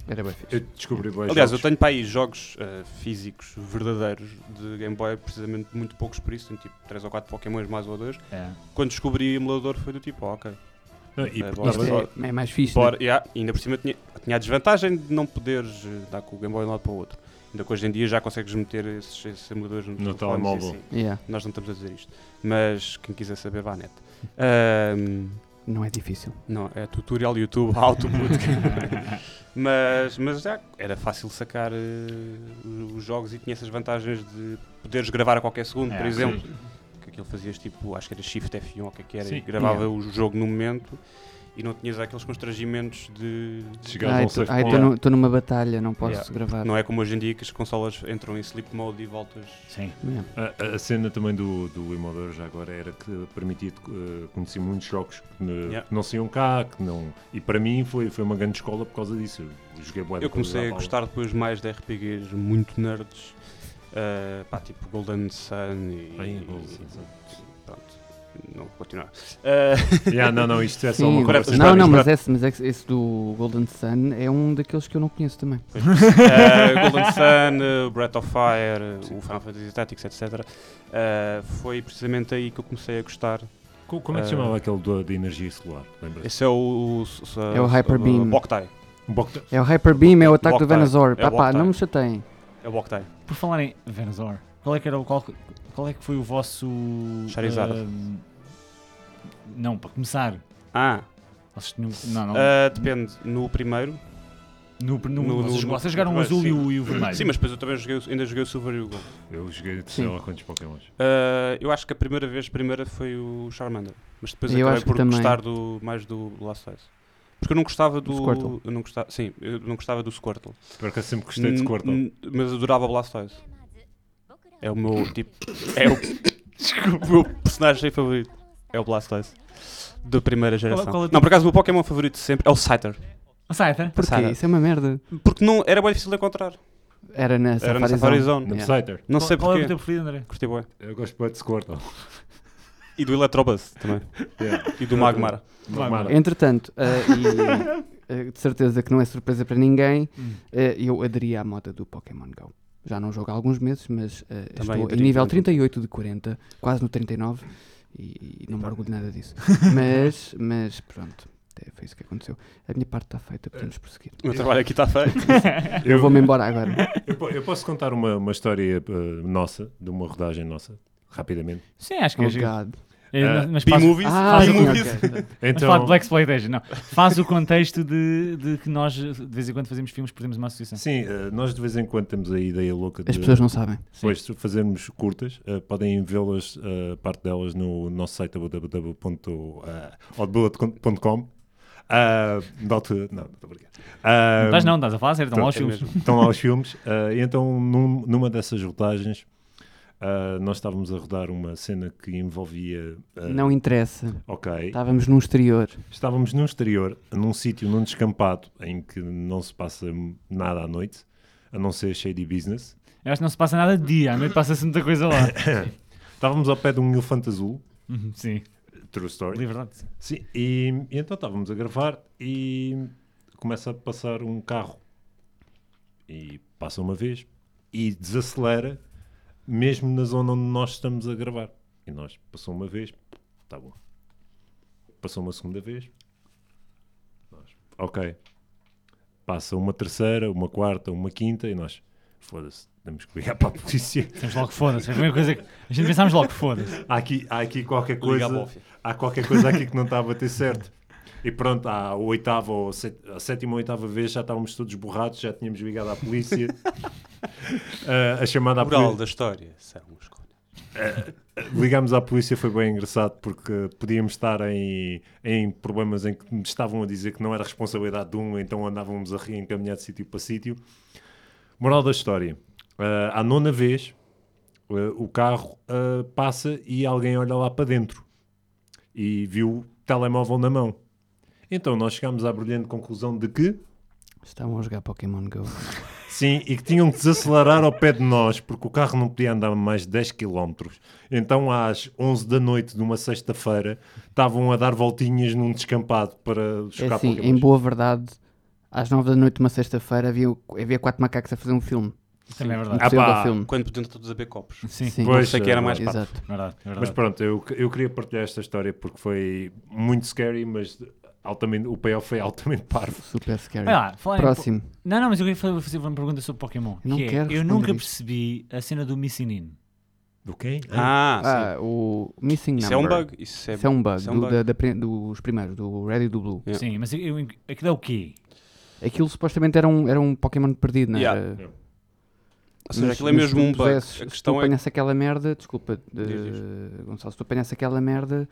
Speaker 1: Era bem fixe.
Speaker 2: Eu descobri bué
Speaker 4: Aliás, eu
Speaker 2: jogos.
Speaker 4: tenho para aí jogos eh, físicos verdadeiros de Game Boy, precisamente muito poucos por isso. Tenho tipo 3 ou 4 Pokémons mais ou dois.
Speaker 3: É.
Speaker 4: Quando descobri o emulador foi do tipo, ah, ok.
Speaker 2: Não, e
Speaker 4: É,
Speaker 2: porque
Speaker 4: bom,
Speaker 2: estavas
Speaker 4: mas-
Speaker 2: lá-
Speaker 1: Isto é, é mais fixe. né?
Speaker 4: Fora, yeah, e ainda por cima tinha, tinha a desvantagem de não poderes eh, dar com o Game Boy de um lado para o outro. Ainda que hoje em dia já consegues meter esses, esses emuladores nos
Speaker 2: No
Speaker 4: telefones e
Speaker 2: telemóvel.
Speaker 4: assim.
Speaker 1: é? Yeah,
Speaker 4: Nós não estamos a dizer isto. Mas quem quiser saber, vá à net. Ahm,
Speaker 1: não é difícil.
Speaker 4: não, é tutorial YouTube, [LAUGHS] autoboot. mas, mas já era fácil sacar eh, os jogos e tinha essas vantagens de poderes gravar a qualquer segundo,
Speaker 3: É,
Speaker 4: por
Speaker 3: sim.
Speaker 4: exemplo. Que aquilo fazias tipo, acho que era Shift F1 ou o que é que era, e
Speaker 2: Sim.
Speaker 4: gravava o jogo no momento e não tinhas aqueles constrangimentos de.
Speaker 2: Chegares
Speaker 1: Ai,
Speaker 2: ao safe point.
Speaker 1: estou numa batalha, não posso
Speaker 4: Yeah.
Speaker 1: gravar.
Speaker 4: Não é como hoje em dia que as consolas entram em sleep mode e voltas.
Speaker 3: Sim.
Speaker 1: Yeah.
Speaker 2: A, a cena também do, do emulador já agora era que permitia eh, conhecer muitos jogos que, ne-
Speaker 4: Yeah.
Speaker 2: que não saiam cá, que não... E para mim foi, foi uma grande escola por causa disso. Eu joguei bué de
Speaker 4: Eu
Speaker 2: coisas
Speaker 4: comecei a
Speaker 2: à bola.
Speaker 4: gostar depois mais de RPGs muito nerds, ah, pá, tipo Golden Sun e.
Speaker 2: Ai, bolo, sim, sim.
Speaker 4: Pronto, não vou continuar. [LAUGHS] Ah,
Speaker 2: Yeah, não, não, isto é só
Speaker 1: Sim,
Speaker 2: uma
Speaker 1: o-
Speaker 2: conversa.
Speaker 1: não,
Speaker 2: para-
Speaker 1: não, mas
Speaker 2: para-
Speaker 1: esse, mas esse- esse do Golden Sun é um daqueles que eu não conheço também.
Speaker 4: Ah, Golden Sun, ah, Breath of Fire, ah, o Final Fantasy Tactics, etc. Ah, foi precisamente aí que eu comecei a gostar.
Speaker 2: Co- Como é que se
Speaker 4: eh,
Speaker 2: chamava aquele do, de energia solar? Lembra-se? Um
Speaker 4: Esse é o.
Speaker 1: É o Hyper Beam.
Speaker 4: Boktai.
Speaker 2: Bokta-
Speaker 1: É o Hyper Beam, é o ataque do
Speaker 4: Boktai.
Speaker 1: Venusaur.
Speaker 4: É o
Speaker 1: Pá, pá,
Speaker 4: Boktai.
Speaker 1: não me chateiem.
Speaker 4: É o Boktai.
Speaker 3: Por falar em Venusaur, qual é que, era o, qual, qual é que foi o vosso.
Speaker 4: Charizard.
Speaker 3: ahm, não, para começar.
Speaker 4: Ah,
Speaker 3: Vocês tinham- não, não.
Speaker 4: ah, depende. No primeiro.
Speaker 3: no, no,
Speaker 4: no-
Speaker 3: vocês,
Speaker 4: no-
Speaker 3: vocês jogaram
Speaker 4: no
Speaker 3: o azul e
Speaker 4: primeiro,
Speaker 3: o, e o vermelho.
Speaker 4: Sim, mas depois eu também joguei, o- ainda joguei o Silver e o Gold.
Speaker 2: Eu joguei de
Speaker 1: Sim.
Speaker 2: sei lá quantos Pokémons.
Speaker 4: Ah, eu acho que a primeira vez, primeira foi o Charmander. Mas depois
Speaker 1: Eu
Speaker 4: acabei
Speaker 1: acho que
Speaker 4: por
Speaker 1: também.
Speaker 4: gostar do, mais do Blastoise. Porque eu não gostava do.
Speaker 1: Squirtle.
Speaker 4: Eu não gostava, sim, eu não gostava do Squirtle.
Speaker 2: Porque eu sempre gostei de
Speaker 4: N-
Speaker 2: Squirtle.
Speaker 4: n- Mas adorava Blastoise. É o meu tipo. É
Speaker 3: [LAUGHS]
Speaker 4: o, Desculpa, o meu personagem favorito. É o Blastoise. Da primeira geração.
Speaker 3: qual é o teu-
Speaker 4: Não, por acaso o meu Pokémon favorito de sempre é o Scyther.
Speaker 3: Ah, sai, tá?
Speaker 1: Porquê?
Speaker 4: Sara.
Speaker 1: Isso é uma merda.
Speaker 4: Porque não, era bem difícil de encontrar.
Speaker 1: Era na
Speaker 4: Era
Speaker 1: Safari,
Speaker 4: na Safari Zone.
Speaker 2: No
Speaker 1: Yeah.
Speaker 2: Scyther.
Speaker 4: Não
Speaker 3: Qual-
Speaker 4: sei
Speaker 3: Qual é o
Speaker 4: porquê.
Speaker 3: teu preferido,
Speaker 4: [LAUGHS]
Speaker 3: André?
Speaker 4: Curti bué.
Speaker 2: Eu gosto bué de
Speaker 4: [LAUGHS]
Speaker 2: Squirtle.
Speaker 4: E do Electrobus também.
Speaker 2: Yeah.
Speaker 4: E [LAUGHS] do Magmar.
Speaker 3: Vai,
Speaker 2: Magmar.
Speaker 3: vai.
Speaker 1: Entretanto, eh,
Speaker 4: [LAUGHS]
Speaker 1: e, eh, de certeza que não é surpresa para ninguém,
Speaker 3: Hum.
Speaker 1: eh, eu aderi à moda do Pokémon GO. Já não jogo há alguns meses, mas
Speaker 3: é
Speaker 1: eh,
Speaker 4: Também
Speaker 1: estou
Speaker 4: aderi,
Speaker 1: em nível
Speaker 4: também.
Speaker 1: 38 de 40, quase no 39, e, e não me
Speaker 3: Então.
Speaker 1: orgulho nada
Speaker 3: [LAUGHS]
Speaker 1: disso. mas, mas pronto, é, foi isso que aconteceu. A minha parte está feita,
Speaker 3: É.
Speaker 1: podemos prosseguir.
Speaker 4: O meu trabalho aqui está feito.
Speaker 1: Eu vou-me embora
Speaker 3: [LAUGHS]
Speaker 1: agora.
Speaker 2: Eu, po- eu posso contar uma, uma história eh, nossa, de uma rodagem nossa, rapidamente.
Speaker 3: Sim, acho que
Speaker 1: Oh,
Speaker 3: é giro.
Speaker 1: God.
Speaker 3: É,
Speaker 2: Ah,
Speaker 3: mas faz,
Speaker 4: B-movies.
Speaker 1: Ah,
Speaker 3: faz
Speaker 1: sim,
Speaker 3: um-
Speaker 4: B-movies. [LAUGHS]
Speaker 1: ok.
Speaker 3: Vamos falar
Speaker 2: Então,
Speaker 3: de Black Exploitation, não. Faz o contexto de, de que nós, de vez em quando, fazemos filmes, perdemos uma associação.
Speaker 2: sim, eh, nós de vez em quando temos a ideia louca de
Speaker 1: As pessoas não sabem.
Speaker 2: depois fazermos curtas, eh, podem vê-las, eh, parte delas, no nosso site eh, www.odbullet.com. da eh, altura, não, muito obrigado. Ah,
Speaker 3: Mas não, estás a falar sério, estão lá os
Speaker 4: É
Speaker 3: filmes.
Speaker 4: mesmo.
Speaker 2: Eh, estão lá os filmes. Ah, e então, num- numa dessas rodagens, ah, nós estávamos a rodar uma cena que envolvia.
Speaker 3: É.
Speaker 2: ah,
Speaker 1: Não interessa.
Speaker 2: Ok.
Speaker 1: Estávamos num exterior.
Speaker 2: Estávamos no exterior, num sítio, num descampado, em que não se passa nada à noite. a não ser Shady Business.
Speaker 3: Eu acho que não se passa nada de dia, à noite passa-se muita coisa
Speaker 4: [LAUGHS]
Speaker 3: lá.
Speaker 2: Estávamos ao pé de um elefante azul,
Speaker 3: Uhum, Sim,
Speaker 2: true story.
Speaker 3: liberdade.
Speaker 2: Sim, e, e então estávamos a gravar e começa a passar um carro. E passa uma vez e desacelera, mesmo na zona onde nós estamos a gravar. E nós, passou uma vez, tá bom. Passou uma segunda vez, nós, ok. Passa uma terceira, uma quarta, uma quinta e nós, foda-se, temos que ligar para a polícia.
Speaker 3: Temos logo foda-se. Foi A primeira coisa que... A gente pensámos logo foda-se.
Speaker 2: Há aqui, há aqui qualquer
Speaker 4: Liga
Speaker 2: coisa.
Speaker 4: à Bófia.
Speaker 2: Há qualquer coisa aqui
Speaker 4: [LAUGHS]
Speaker 2: que não está a bater certo. E pronto, à oitava ou set- à sétima ou oitava vez já estávamos todos borrados, já tínhamos ligado à
Speaker 4: [LAUGHS]
Speaker 2: polícia. Ah, a chamada
Speaker 4: A
Speaker 2: à
Speaker 4: moral
Speaker 2: polícia.
Speaker 4: da história é são os cones.
Speaker 2: Ligámos à polícia, foi bem engraçado porque podíamos estar em, em problemas em que me estavam a dizer que não era responsabilidade de um, então andávamos a reencaminhar de sítio para sítio. Moral da história: ah, à nona vez ah, o carro ah, passa e alguém olha lá para dentro e viu o telemóvel na mão. Então nós chegámos à brilhante conclusão de que
Speaker 1: Estavam a jogar Pokémon Go.
Speaker 2: Sim, e que tinham que desacelerar ao pé de nós, porque o carro não podia andar mais de 10 km. Então, às 11 da noite de uma sexta-feira, estavam a dar voltinhas num descampado para
Speaker 1: É
Speaker 2: chocar
Speaker 1: assim, em
Speaker 2: Pokémons.
Speaker 1: boa verdade, às 9 da noite, de uma sexta-feira, havia, havia quatro macacos a fazer um filme.
Speaker 3: Também é verdade.
Speaker 2: Ah,
Speaker 1: Pseudo
Speaker 2: pá.
Speaker 1: filme.
Speaker 4: Quando podiam todos a beber copos.
Speaker 3: Sim,
Speaker 1: Sim.
Speaker 2: Pois,
Speaker 4: Sei que era
Speaker 2: é
Speaker 4: mais para
Speaker 1: Exato.
Speaker 3: verdade, é
Speaker 2: Mas
Speaker 3: verdade.
Speaker 2: pronto, eu, eu queria partilhar esta história porque foi muito scary, mas altamente, o payoff foi altamente parvo.
Speaker 1: Super scary.
Speaker 3: Olha lá, falar em po-
Speaker 1: Próximo.
Speaker 3: Não, não, mas eu queria fa- fazer uma pergunta sobre Pokémon.
Speaker 1: Eu não
Speaker 3: que é,
Speaker 1: quero
Speaker 3: eu
Speaker 1: responder
Speaker 3: nunca
Speaker 1: isso.
Speaker 3: percebi a cena do Missinin.
Speaker 2: Do quem?
Speaker 4: Ah, sim.
Speaker 1: Ah, o Missing
Speaker 4: Isso é um
Speaker 1: Number.
Speaker 4: bug. Isso é,
Speaker 1: Isso é um bug.
Speaker 4: Isso é um
Speaker 1: do-
Speaker 4: bug.
Speaker 1: da- da pri- dos primeiros, do Red e do Blue.
Speaker 4: Yeah.
Speaker 3: Sim, mas eu, eu- aquilo é o quê?
Speaker 1: Aquilo supostamente era um, era um Pokémon perdido, não era?
Speaker 4: Yeah.
Speaker 2: Yeah.
Speaker 4: Ou seja,
Speaker 1: Mas-
Speaker 4: aquilo é
Speaker 1: mas
Speaker 4: mesmo
Speaker 1: se
Speaker 4: um
Speaker 1: tu
Speaker 4: bug.
Speaker 1: pusesses-
Speaker 4: A
Speaker 1: se tu
Speaker 4: questão é.
Speaker 1: apanhasse aquela merda, desculpa, de-
Speaker 4: Diz,
Speaker 1: Gonçalo, se tu apanhasse aquela merda,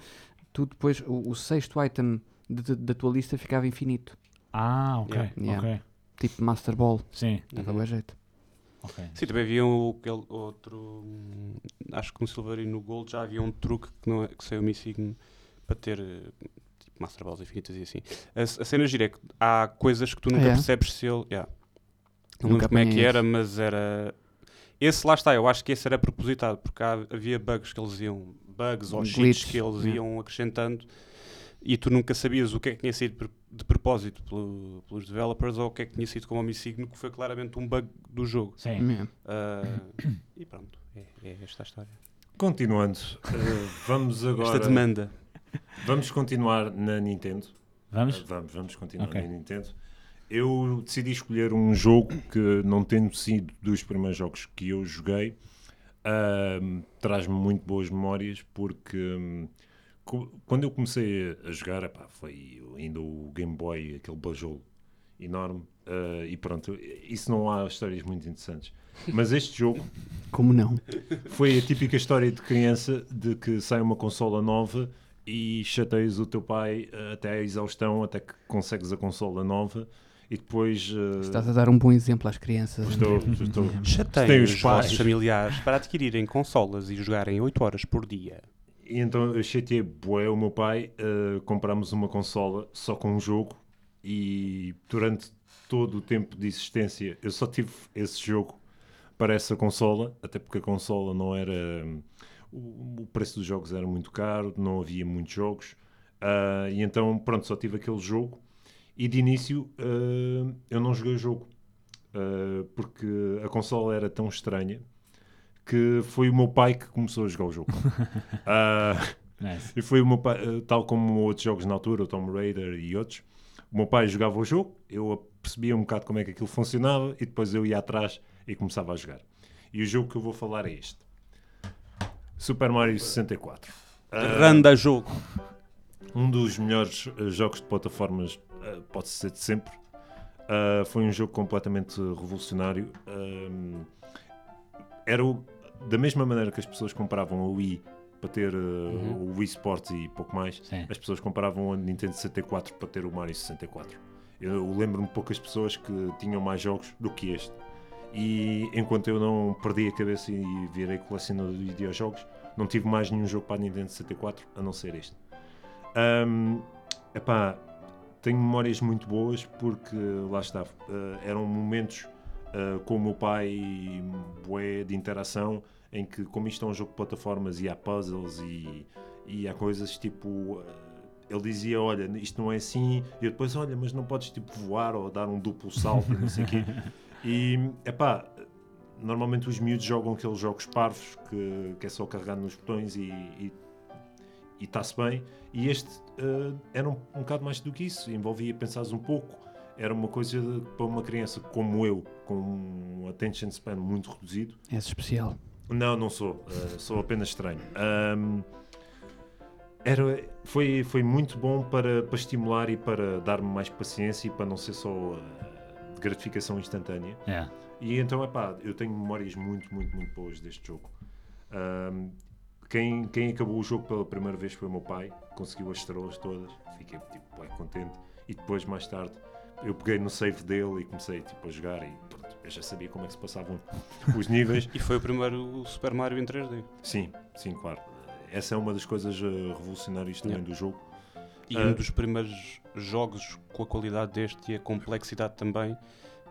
Speaker 1: tu depois, o, o sexto item de- de- da tua lista ficava infinito.
Speaker 3: Ah, ok,
Speaker 4: Yeah.
Speaker 1: Yeah.
Speaker 3: ok.
Speaker 1: Tipo Master Ball,
Speaker 3: Sim,
Speaker 4: Uhum.
Speaker 1: dava bué jeito.
Speaker 3: ok.
Speaker 1: É.
Speaker 4: Sim, também havia o- aquele outro. hum, Acho que no Silver e no Gold já havia um truque que, não é, que saiu o Missing para ter eh, tipo Master Balls infinitas e assim. A, c- a cena gira é que há coisas que tu nunca
Speaker 1: Ah, é?
Speaker 4: percebes se ele. yeah. Não
Speaker 1: Nunca
Speaker 4: lembro como é que
Speaker 1: apanhei
Speaker 4: era, mas era. Esse lá está, eu acho que esse era propositado, porque há- havia bugs que eles iam. Bugs ou cheats
Speaker 1: Glitches,
Speaker 4: que eles
Speaker 1: yeah.
Speaker 4: iam acrescentando e tu nunca sabias o que é que tinha sido per- de propósito pelo- pelos developers ou o que é que tinha sido como homicidno, que foi claramente um bug do jogo.
Speaker 3: Sim.
Speaker 1: Yeah.
Speaker 4: Ah, e pronto, é, é esta a história.
Speaker 2: Continuando, eh, vamos
Speaker 4: Esta
Speaker 2: agora.
Speaker 4: demanda.
Speaker 2: Vamos continuar na Nintendo.
Speaker 3: Vamos?
Speaker 2: Eh, Vamos, vamos continuar
Speaker 3: Ok.
Speaker 2: na Nintendo. Eu decidi escolher um jogo que, não tendo sido dos primeiros jogos que eu joguei, ahm, traz-me muito boas memórias, porque hum, co- quando eu comecei a a jogar, epá, foi ainda o Game Boy, aquele bajolo enorme, ah, e pronto, isso não há histórias muito interessantes. Mas este jogo
Speaker 1: Como não?
Speaker 4: Uhum.
Speaker 2: foi a típica história de criança de que sai uma consola nova e chateias o teu pai eh, até à exaustão, até que consegues a consola nova e depois. eh,
Speaker 1: Estás a dar um bom exemplo às crianças.
Speaker 2: estou,
Speaker 1: André.
Speaker 2: estou.
Speaker 4: Chateiem
Speaker 2: Tem
Speaker 4: os
Speaker 2: os pais.
Speaker 4: vossos familiares para adquirirem consolas e jogarem 8 horas por dia.
Speaker 2: E então eu chateei bué o meu pai, eh, comprámos uma consola só com um jogo e durante todo o tempo de existência eu só tive esse jogo para essa consola, até porque a consola não era... hum, O, o preço dos jogos era muito caro, não havia muitos jogos ah, e então pronto, só tive aquele jogo e de início ah, eu não joguei o jogo ah, porque a consola era tão estranha que foi o meu pai que começou a jogar o jogo. Ah,
Speaker 3: Nice.
Speaker 2: e foi o meu pai, eh, tal como outros jogos na altura, o Tomb Raider e outros. O meu pai jogava o jogo, eu percebia um bocado como é que aquilo funcionava e depois eu ia atrás e começava a jogar. E o jogo que eu vou falar é este: Super Mario 64.
Speaker 4: Randa jogo.
Speaker 2: Um dos melhores eh, jogos de plataformas, eh, pode ser de sempre. Ah, foi um jogo completamente revolucionário. Ahm, era o- da mesma maneira que as pessoas compravam a Wii para ter eh, o Wii Sports e pouco mais,
Speaker 3: Sim.
Speaker 2: as pessoas compravam a Nintendo 64 para ter o Mario 64. Eu lembro-me de poucas pessoas que tinham mais jogos do que este. E enquanto eu não perdi a cabeça e virei colecionador de videojogos, não tive mais nenhum jogo para a Nintendo 64 a não ser este. Ahm, epá, tenho memórias muito boas porque lá está, eh, eram momentos ah, com o meu pai, bué de interação, em que, como isto é um jogo de plataformas e há puzzles e, e há coisas tipo. ah, ele dizia: Olha, isto não é assim. E eu depois: Olha, mas não podes tipo voar ou dar um duplo salto e não sei o quê. E, epá, normalmente os miúdos jogam aqueles jogos parvos que, que é só carregar nos botões e- e e está-se bem. E este eh, era um, um bocado mais do que isso, envolvia pensares um pouco. Era uma coisa de- para uma criança como eu, com um attention span muito reduzido.
Speaker 1: És é especial.
Speaker 2: Não, não sou, eh, sou apenas estranho. Ahm, era, foi, foi muito bom para, para estimular e para dar-me mais paciência e para não ser só eh, de gratificação instantânea.
Speaker 3: É.
Speaker 2: E então, é pá, eu tenho memórias muito, muito, muito boas deste jogo. Ahm, quem, quem acabou o jogo pela primeira vez foi o meu pai, conseguiu as estrelas todas, fiquei tipo, bem contente. E depois, mais tarde, eu peguei no save dele e comecei tipo, a jogar e pronto, eu já sabia como é que se passavam [LAUGHS] os níveis.
Speaker 4: E foi o primeiro Super Mario em 3D.
Speaker 2: Sim, sim, claro. Essa é uma das coisas eh, revolucionárias também do jogo.
Speaker 4: E
Speaker 2: Ah.
Speaker 4: um dos primeiros jogos com a qualidade deste e a complexidade também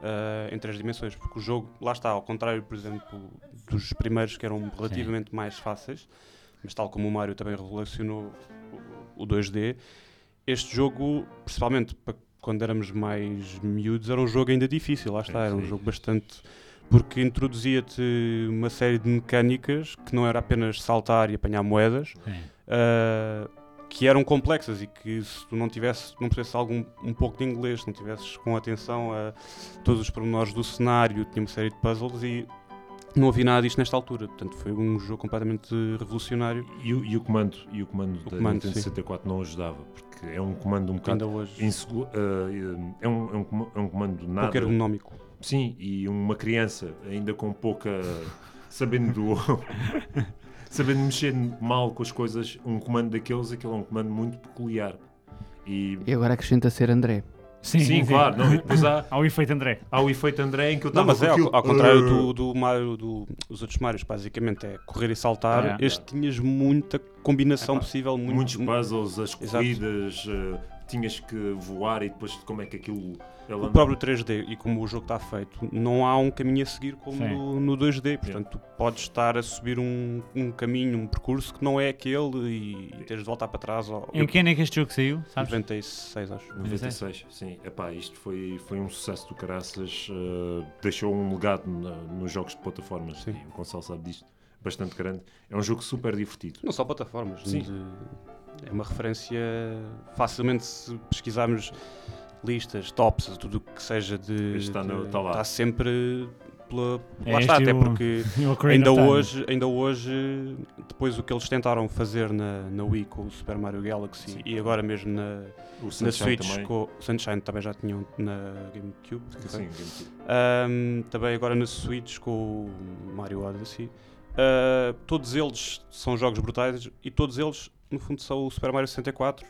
Speaker 4: ah, em três dimensões, porque o jogo, lá está, ao contrário, por exemplo, dos primeiros que eram relativamente mais fáceis, mas tal como o Mario também revolucionou o o 2D, este jogo, principalmente para quando éramos mais miúdos, era um jogo ainda difícil, lá está,
Speaker 2: É,
Speaker 4: era um
Speaker 2: sim.
Speaker 4: jogo bastante. porque introduzia-te uma série de mecânicas que não era apenas saltar e apanhar moedas.
Speaker 3: Sim.
Speaker 4: Uh, que eram complexas e que se tu não tivesse, não percebesse algum um pouco de inglês, se não tivesses com atenção a todos os pormenores do cenário, tinha uma série de puzzles e não havia nada disto nesta altura. Portanto, foi um jogo completamente revolucionário.
Speaker 2: E, o- e o comando, e o comando da
Speaker 4: comando,
Speaker 2: Nintendo
Speaker 4: sim.
Speaker 2: 64 não ajudava, porque é um comando um bocado
Speaker 4: Ainda hoje,
Speaker 2: insegu- eh, é, um, é, um, com- é um comando nada.
Speaker 4: pouco ergonómico.
Speaker 2: Sim, e uma criança ainda com pouca. [LAUGHS] sabendo do. [LAUGHS] sabendo mexer mal com as coisas, um comando daqueles, aquele é um comando muito peculiar. E.
Speaker 1: E agora acrescenta ser André.
Speaker 3: Sim,
Speaker 2: sim, claro, não, e depois
Speaker 3: [LAUGHS]
Speaker 2: há,
Speaker 3: Ao efeito André.
Speaker 2: há o efeito André em que eu
Speaker 4: Não,
Speaker 2: estava
Speaker 4: mas
Speaker 2: com
Speaker 4: é, ao,
Speaker 2: aquilo. eh,
Speaker 4: ao contrário
Speaker 2: "Arr".
Speaker 4: do, do Mario, do- dos outros Marios, basicamente é correr e saltar.
Speaker 3: É.
Speaker 4: este tinhas muita combinação
Speaker 2: Epá,
Speaker 4: possível, muito,
Speaker 2: muitos puzzles, as
Speaker 4: Exato.
Speaker 2: corridas, eh, tinhas que voar e depois como é que aquilo. ela
Speaker 4: O próprio 3D e como o jogo está feito, não há um caminho a seguir como
Speaker 3: Sim.
Speaker 4: no, no 2D. Portanto, tu podes estar a subir um, um caminho, um percurso que não é aquele e, e teres de voltar para trás ao
Speaker 3: Em que ano é que este jogo saiu? Sabes?
Speaker 4: 96, acho.
Speaker 2: 96, sim. Epá, isto foi, foi um sucesso do caraças. eh, deixou um legado na- nos jogos de plataformas.
Speaker 4: Sim.
Speaker 2: E o Gonçalo sabe disto. Bastante grande. É um jogo super divertido.
Speaker 4: Não só plataformas,
Speaker 2: Sim.
Speaker 4: de- é uma referência facilmente se pesquisarmos listas, tops, tudo o que seja de.
Speaker 2: Este
Speaker 3: tá
Speaker 2: está no-
Speaker 4: de-
Speaker 2: está lá.
Speaker 4: está sempre pela.
Speaker 3: É
Speaker 4: lá está,
Speaker 3: este
Speaker 4: até
Speaker 3: o-
Speaker 4: porque.
Speaker 3: O Ocarina
Speaker 4: Ainda
Speaker 3: of Time.
Speaker 4: hoje, ainda hoje, depois o que eles tentaram fazer na, na Wii com o Super Mario Galaxy
Speaker 2: Sim.
Speaker 4: e agora mesmo na,
Speaker 2: O
Speaker 4: na
Speaker 2: Sunshine
Speaker 4: Switch
Speaker 2: também.
Speaker 4: com Sunshine também já tinham na GameCube. ok?
Speaker 2: Sim, GameCube.
Speaker 4: Ahm, também agora na Switch com o Mario Odyssey. Ah, todos eles são jogos brutais e todos eles, no fundo, são o Super Mario 64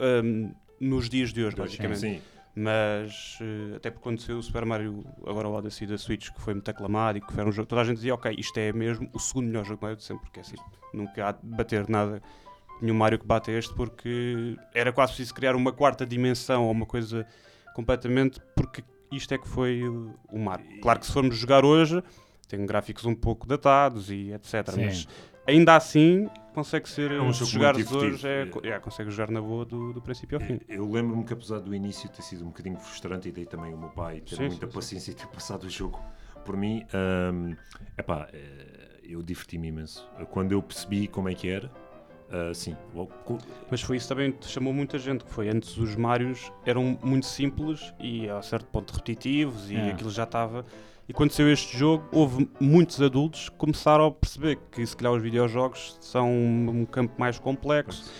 Speaker 4: ahm, nos dias de hoje, basicamente
Speaker 2: Sim,
Speaker 4: mas eh, até porque quando saiu o Super Mario, agora o Odyssey da Switch, que foi muito aclamado e que foi um jogo, toda a gente dizia, ok, isto é mesmo o segundo melhor jogo de Mario de sempre, porque é assim, nunca há de bater nada, nenhum Mario que bate este, porque era quase preciso criar uma quarta dimensão ou uma coisa completamente, porque isto é que foi o o Mario. Claro que se formos jogar hoje, tem gráficos um pouco datados e etc,
Speaker 3: Sim.
Speaker 4: mas ainda assim consegue ser,
Speaker 2: É um
Speaker 4: se
Speaker 2: jogo
Speaker 4: jogares
Speaker 2: muito divertido,
Speaker 4: hoje, é,
Speaker 2: é.
Speaker 4: co- é, consegue jogar na boa do, do princípio ao fim.
Speaker 2: Eu lembro-me que apesar do início ter sido um bocadinho frustrante e daí também o meu pai ter
Speaker 4: Sim,
Speaker 2: muita
Speaker 4: sim, sim.
Speaker 2: paciência e ter passado o jogo por mim, hum, epá, eh, eu diverti-me imenso. Quando eu percebi como é que era, ah, sim, logo, co-
Speaker 4: Mas foi isso também que chamou muita gente, que foi antes os Marios eram muito simples e a certo ponto repetitivos e
Speaker 3: É.
Speaker 4: aquilo já estava. E quando saiu este jogo, houve muitos adultos que começaram a perceber que se calhar os videojogos são um, um campo mais complexo.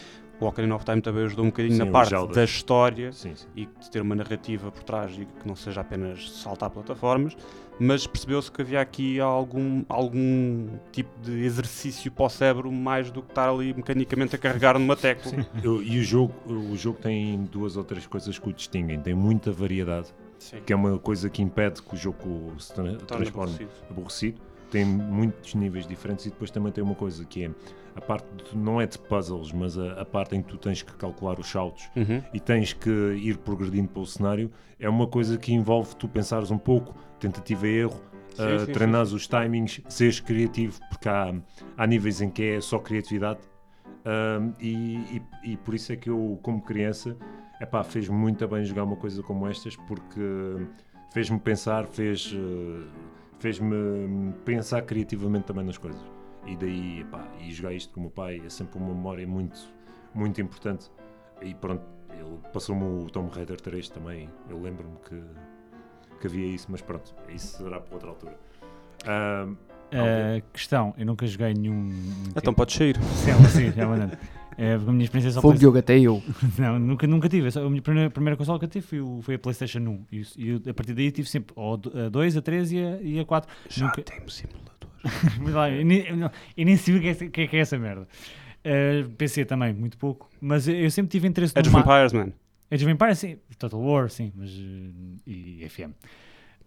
Speaker 4: O Ocarina of Time também ajudou um bocadinho
Speaker 2: Sim,
Speaker 4: na
Speaker 2: o
Speaker 4: parte
Speaker 2: Zelda.
Speaker 4: da história
Speaker 2: sim, [LAUGHS] sim.
Speaker 4: e de ter uma narrativa por trás e que não seja apenas saltar plataformas, mas percebeu-se que havia aqui algum, algum tipo de exercício para o cérebro mais do que estar ali mecanicamente a carregar numa tecla.
Speaker 2: Eu- e o jogo, o jogo tem duas ou três coisas que o distinguem. Tem muita variedade,
Speaker 4: Sim.
Speaker 2: que é uma coisa que impede que o jogo se tra-
Speaker 4: Torna
Speaker 2: transforme
Speaker 4: aborrecido.
Speaker 2: aborrecido. tem muitos níveis diferentes e depois também tem uma coisa que é a parte de, tu- não é de puzzles, mas a, a parte em que tu tens que calcular os saltos
Speaker 4: Uhum.
Speaker 2: e tens que ir progredindo pelo cenário é uma coisa que envolve tu pensares um pouco, tentativa e erro,
Speaker 4: Sim,
Speaker 2: ah,
Speaker 4: sim, sim,
Speaker 2: treinares os timings, seres criativo, porque há, há níveis em que é só criatividade Ahm, e, e- e por isso é que eu, como criança, epá, fez muito bem jogar uma coisa como estas, porque fez-me pensar, fez, eh, fez-me pensar criativamente também nas coisas. E daí, epá, e jogar isto com o meu pai é sempre uma memória muito, muito importante. E pronto, ele passou-me o Tomb Raider 3 também, eu lembro-me que, que havia isso, mas pronto, isso será para outra altura. Ahm,
Speaker 3: Ah, questão, eu nunca joguei nenhum. tipo
Speaker 4: Então podes sair.
Speaker 3: Sim, sim, já [LAUGHS] mandando. É, assim, porque a minha experiência é só
Speaker 1: Fogo Diogo, até eu.
Speaker 3: [LAUGHS] Não, nunca, nunca tive. Só- A minha primeira, primeira consola que eu tive foi, o- foi a PlayStation 1. E, o- e o- a partir daí tive sempre ou a 2, a 3 e a, e a 4.
Speaker 4: Já
Speaker 3: Nunca-
Speaker 4: temos simulador.
Speaker 3: [LAUGHS] Mas lá, eu, nem, eu não- eu nem sei o que é, essa- o que é que é essa merda. Ah, PC também, muito pouco. Mas eu, eu sempre tive interesse
Speaker 4: Age
Speaker 3: no
Speaker 4: of
Speaker 3: ma-
Speaker 4: Empires, man.
Speaker 3: Age of Empires, sim. Total War, sim. Mas, eh, e FM.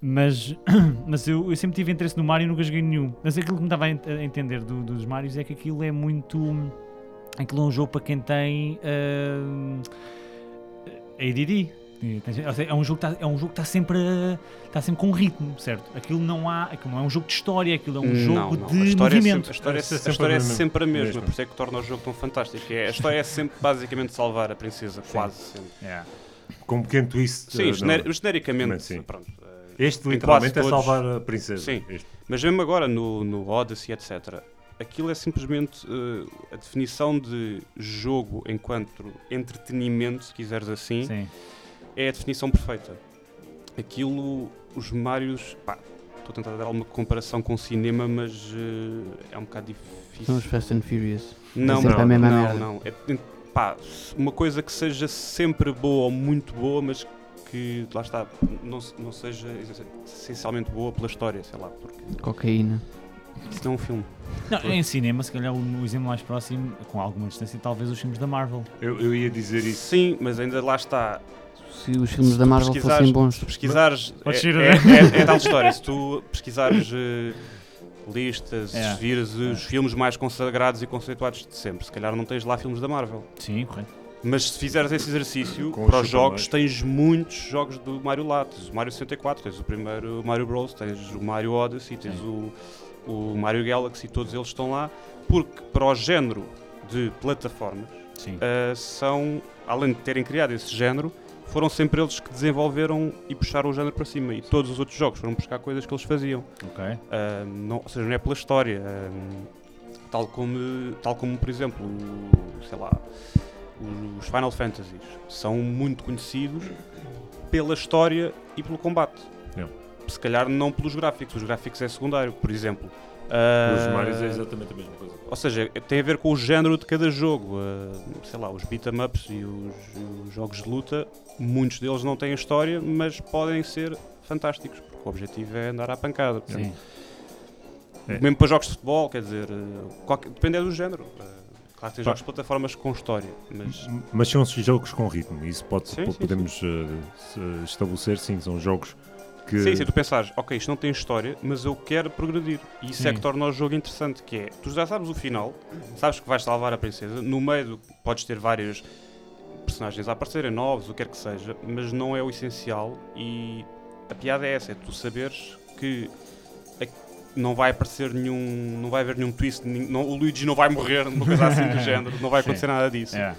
Speaker 3: Mas, [CLEARS THROAT] mas eu, eu sempre tive interesse no Mario e nunca joguei nenhum. Mas aquilo que me estava a ent- a entender do- dos Marios é que aquilo é muito. Aquilo é um jogo para quem tem. eh, ah, ADD. Ou seja, É um jogo que está, é um jogo que está sempre, a- está sempre com um ritmo, certo? Aquilo não, há, aquilo não é um jogo de história, aquilo é um jogo de
Speaker 4: Hum, a história
Speaker 3: movimento.
Speaker 4: É sempre, a história, é,
Speaker 2: Essa é
Speaker 4: a história é
Speaker 2: sempre a
Speaker 4: sempre a mesma,
Speaker 2: mesma.
Speaker 4: por isso é que torna o jogo tão fantástico. É, a história é sempre basicamente salvar a princesa, quase sempre.
Speaker 3: Yeah.
Speaker 2: com um pequeno twist. eh,
Speaker 4: Sim,
Speaker 2: não.
Speaker 4: gener- genericamente,
Speaker 2: Mas sim.
Speaker 4: pronto. eh,
Speaker 2: Este
Speaker 4: Em
Speaker 2: literalmente é
Speaker 4: quase todos.
Speaker 2: salvar a princesa.
Speaker 4: Sim.
Speaker 2: Este.
Speaker 4: Mas mesmo agora no, no Odyssey, etc., aquilo é simplesmente eh, a definição de jogo enquanto entretenimento, se quiseres assim,
Speaker 3: Sim.
Speaker 4: é a definição perfeita. Aquilo, os Marios. Pá, estou a tentar dar alguma comparação com o cinema, mas eh, é um bocado difícil.
Speaker 1: São os Fast and Furious.
Speaker 4: Não,
Speaker 2: sempre
Speaker 4: não,
Speaker 2: a
Speaker 1: mesma
Speaker 4: não,
Speaker 1: merda.
Speaker 4: não. É, tem- pá, uma coisa que seja sempre boa ou muito boa, mas que lá está, não, se- não seja essencialmente boa pela história, sei lá, porque
Speaker 1: Cocaína.
Speaker 4: isso não é um filme.
Speaker 3: Não, em cinema, se calhar o, o exemplo mais próximo, com alguma distância, talvez os filmes da Marvel.
Speaker 2: Eu, eu ia dizer isso.
Speaker 4: Sim, mas ainda lá está.
Speaker 1: Se os filmes
Speaker 4: Se
Speaker 1: da
Speaker 4: tu
Speaker 1: Marvel
Speaker 4: pesquisares-
Speaker 1: fossem bons.
Speaker 4: Se pesquisares.
Speaker 3: Podes
Speaker 4: é,
Speaker 3: ir,
Speaker 4: é, é- é tal história. Se tu pesquisares eh, listas,
Speaker 3: É.
Speaker 4: se vires eh, os filmes mais consagrados e conceituados de sempre, se calhar não tens lá filmes da Marvel.
Speaker 3: Sim, correto.
Speaker 4: Mas se fizeres esse exercício
Speaker 2: Com os
Speaker 4: para os
Speaker 2: Super
Speaker 4: jogos, tens muitos jogos do Mario lá. Tens o Mario 64, tens o primeiro Mario Bros, tens o Mario Odyssey, tens o, o Mario Galaxy, todos eles estão lá. Porque para o género de plataformas,
Speaker 3: Sim.
Speaker 4: ah, são, além de terem criado esse género, foram sempre eles que desenvolveram e puxaram o género para cima. E todos os outros jogos foram buscar coisas que eles faziam.
Speaker 3: Ok.
Speaker 4: Ah, não, ou seja, não é pela história. ah, tal, como, tal como, por exemplo, o- sei lá, os Final Fantasies são muito conhecidos pela história e pelo combate.
Speaker 2: Não.
Speaker 4: Se calhar não pelos gráficos, os gráficos é secundário, por exemplo.
Speaker 2: Os
Speaker 4: Ah,
Speaker 2: Marios é exatamente a mesma coisa.
Speaker 4: ou seja, tem a ver com o género de cada jogo. Ah, sei lá, os beat'em ups e os, os jogos de luta, muitos deles não têm história, mas podem ser fantásticos, porque o objetivo é andar à pancada.
Speaker 3: Sim.
Speaker 2: É.
Speaker 4: Mesmo para jogos de futebol, quer dizer, ah, qualquer- depende é do género. Ah, claro que tem jogos de plataformas com história, mas
Speaker 2: Mas são assim jogos com ritmo, isso pode,
Speaker 4: Sim,
Speaker 2: po-
Speaker 4: sim,
Speaker 2: podemos eh, se- estabelecer, sim, são jogos que.
Speaker 4: Sim, se tu pensares, ok, isto não tem história, mas eu quero progredir. E isso é
Speaker 3: Sim.
Speaker 4: que torna o jogo interessante, que é, tu já sabes o final, sabes que vais salvar a princesa, no meio do- podes ter vários personagens a aparecerem, novos, o que quer que seja, mas não é o essencial e a piada é essa, é tu saberes que a- não vai aparecer nenhum, não vai haver nenhum twist, nin- não- o Luigi não vai morrer, uma coisa assim
Speaker 3: [LAUGHS]
Speaker 4: do género, não vai
Speaker 3: Sim.
Speaker 4: acontecer nada disso
Speaker 3: É.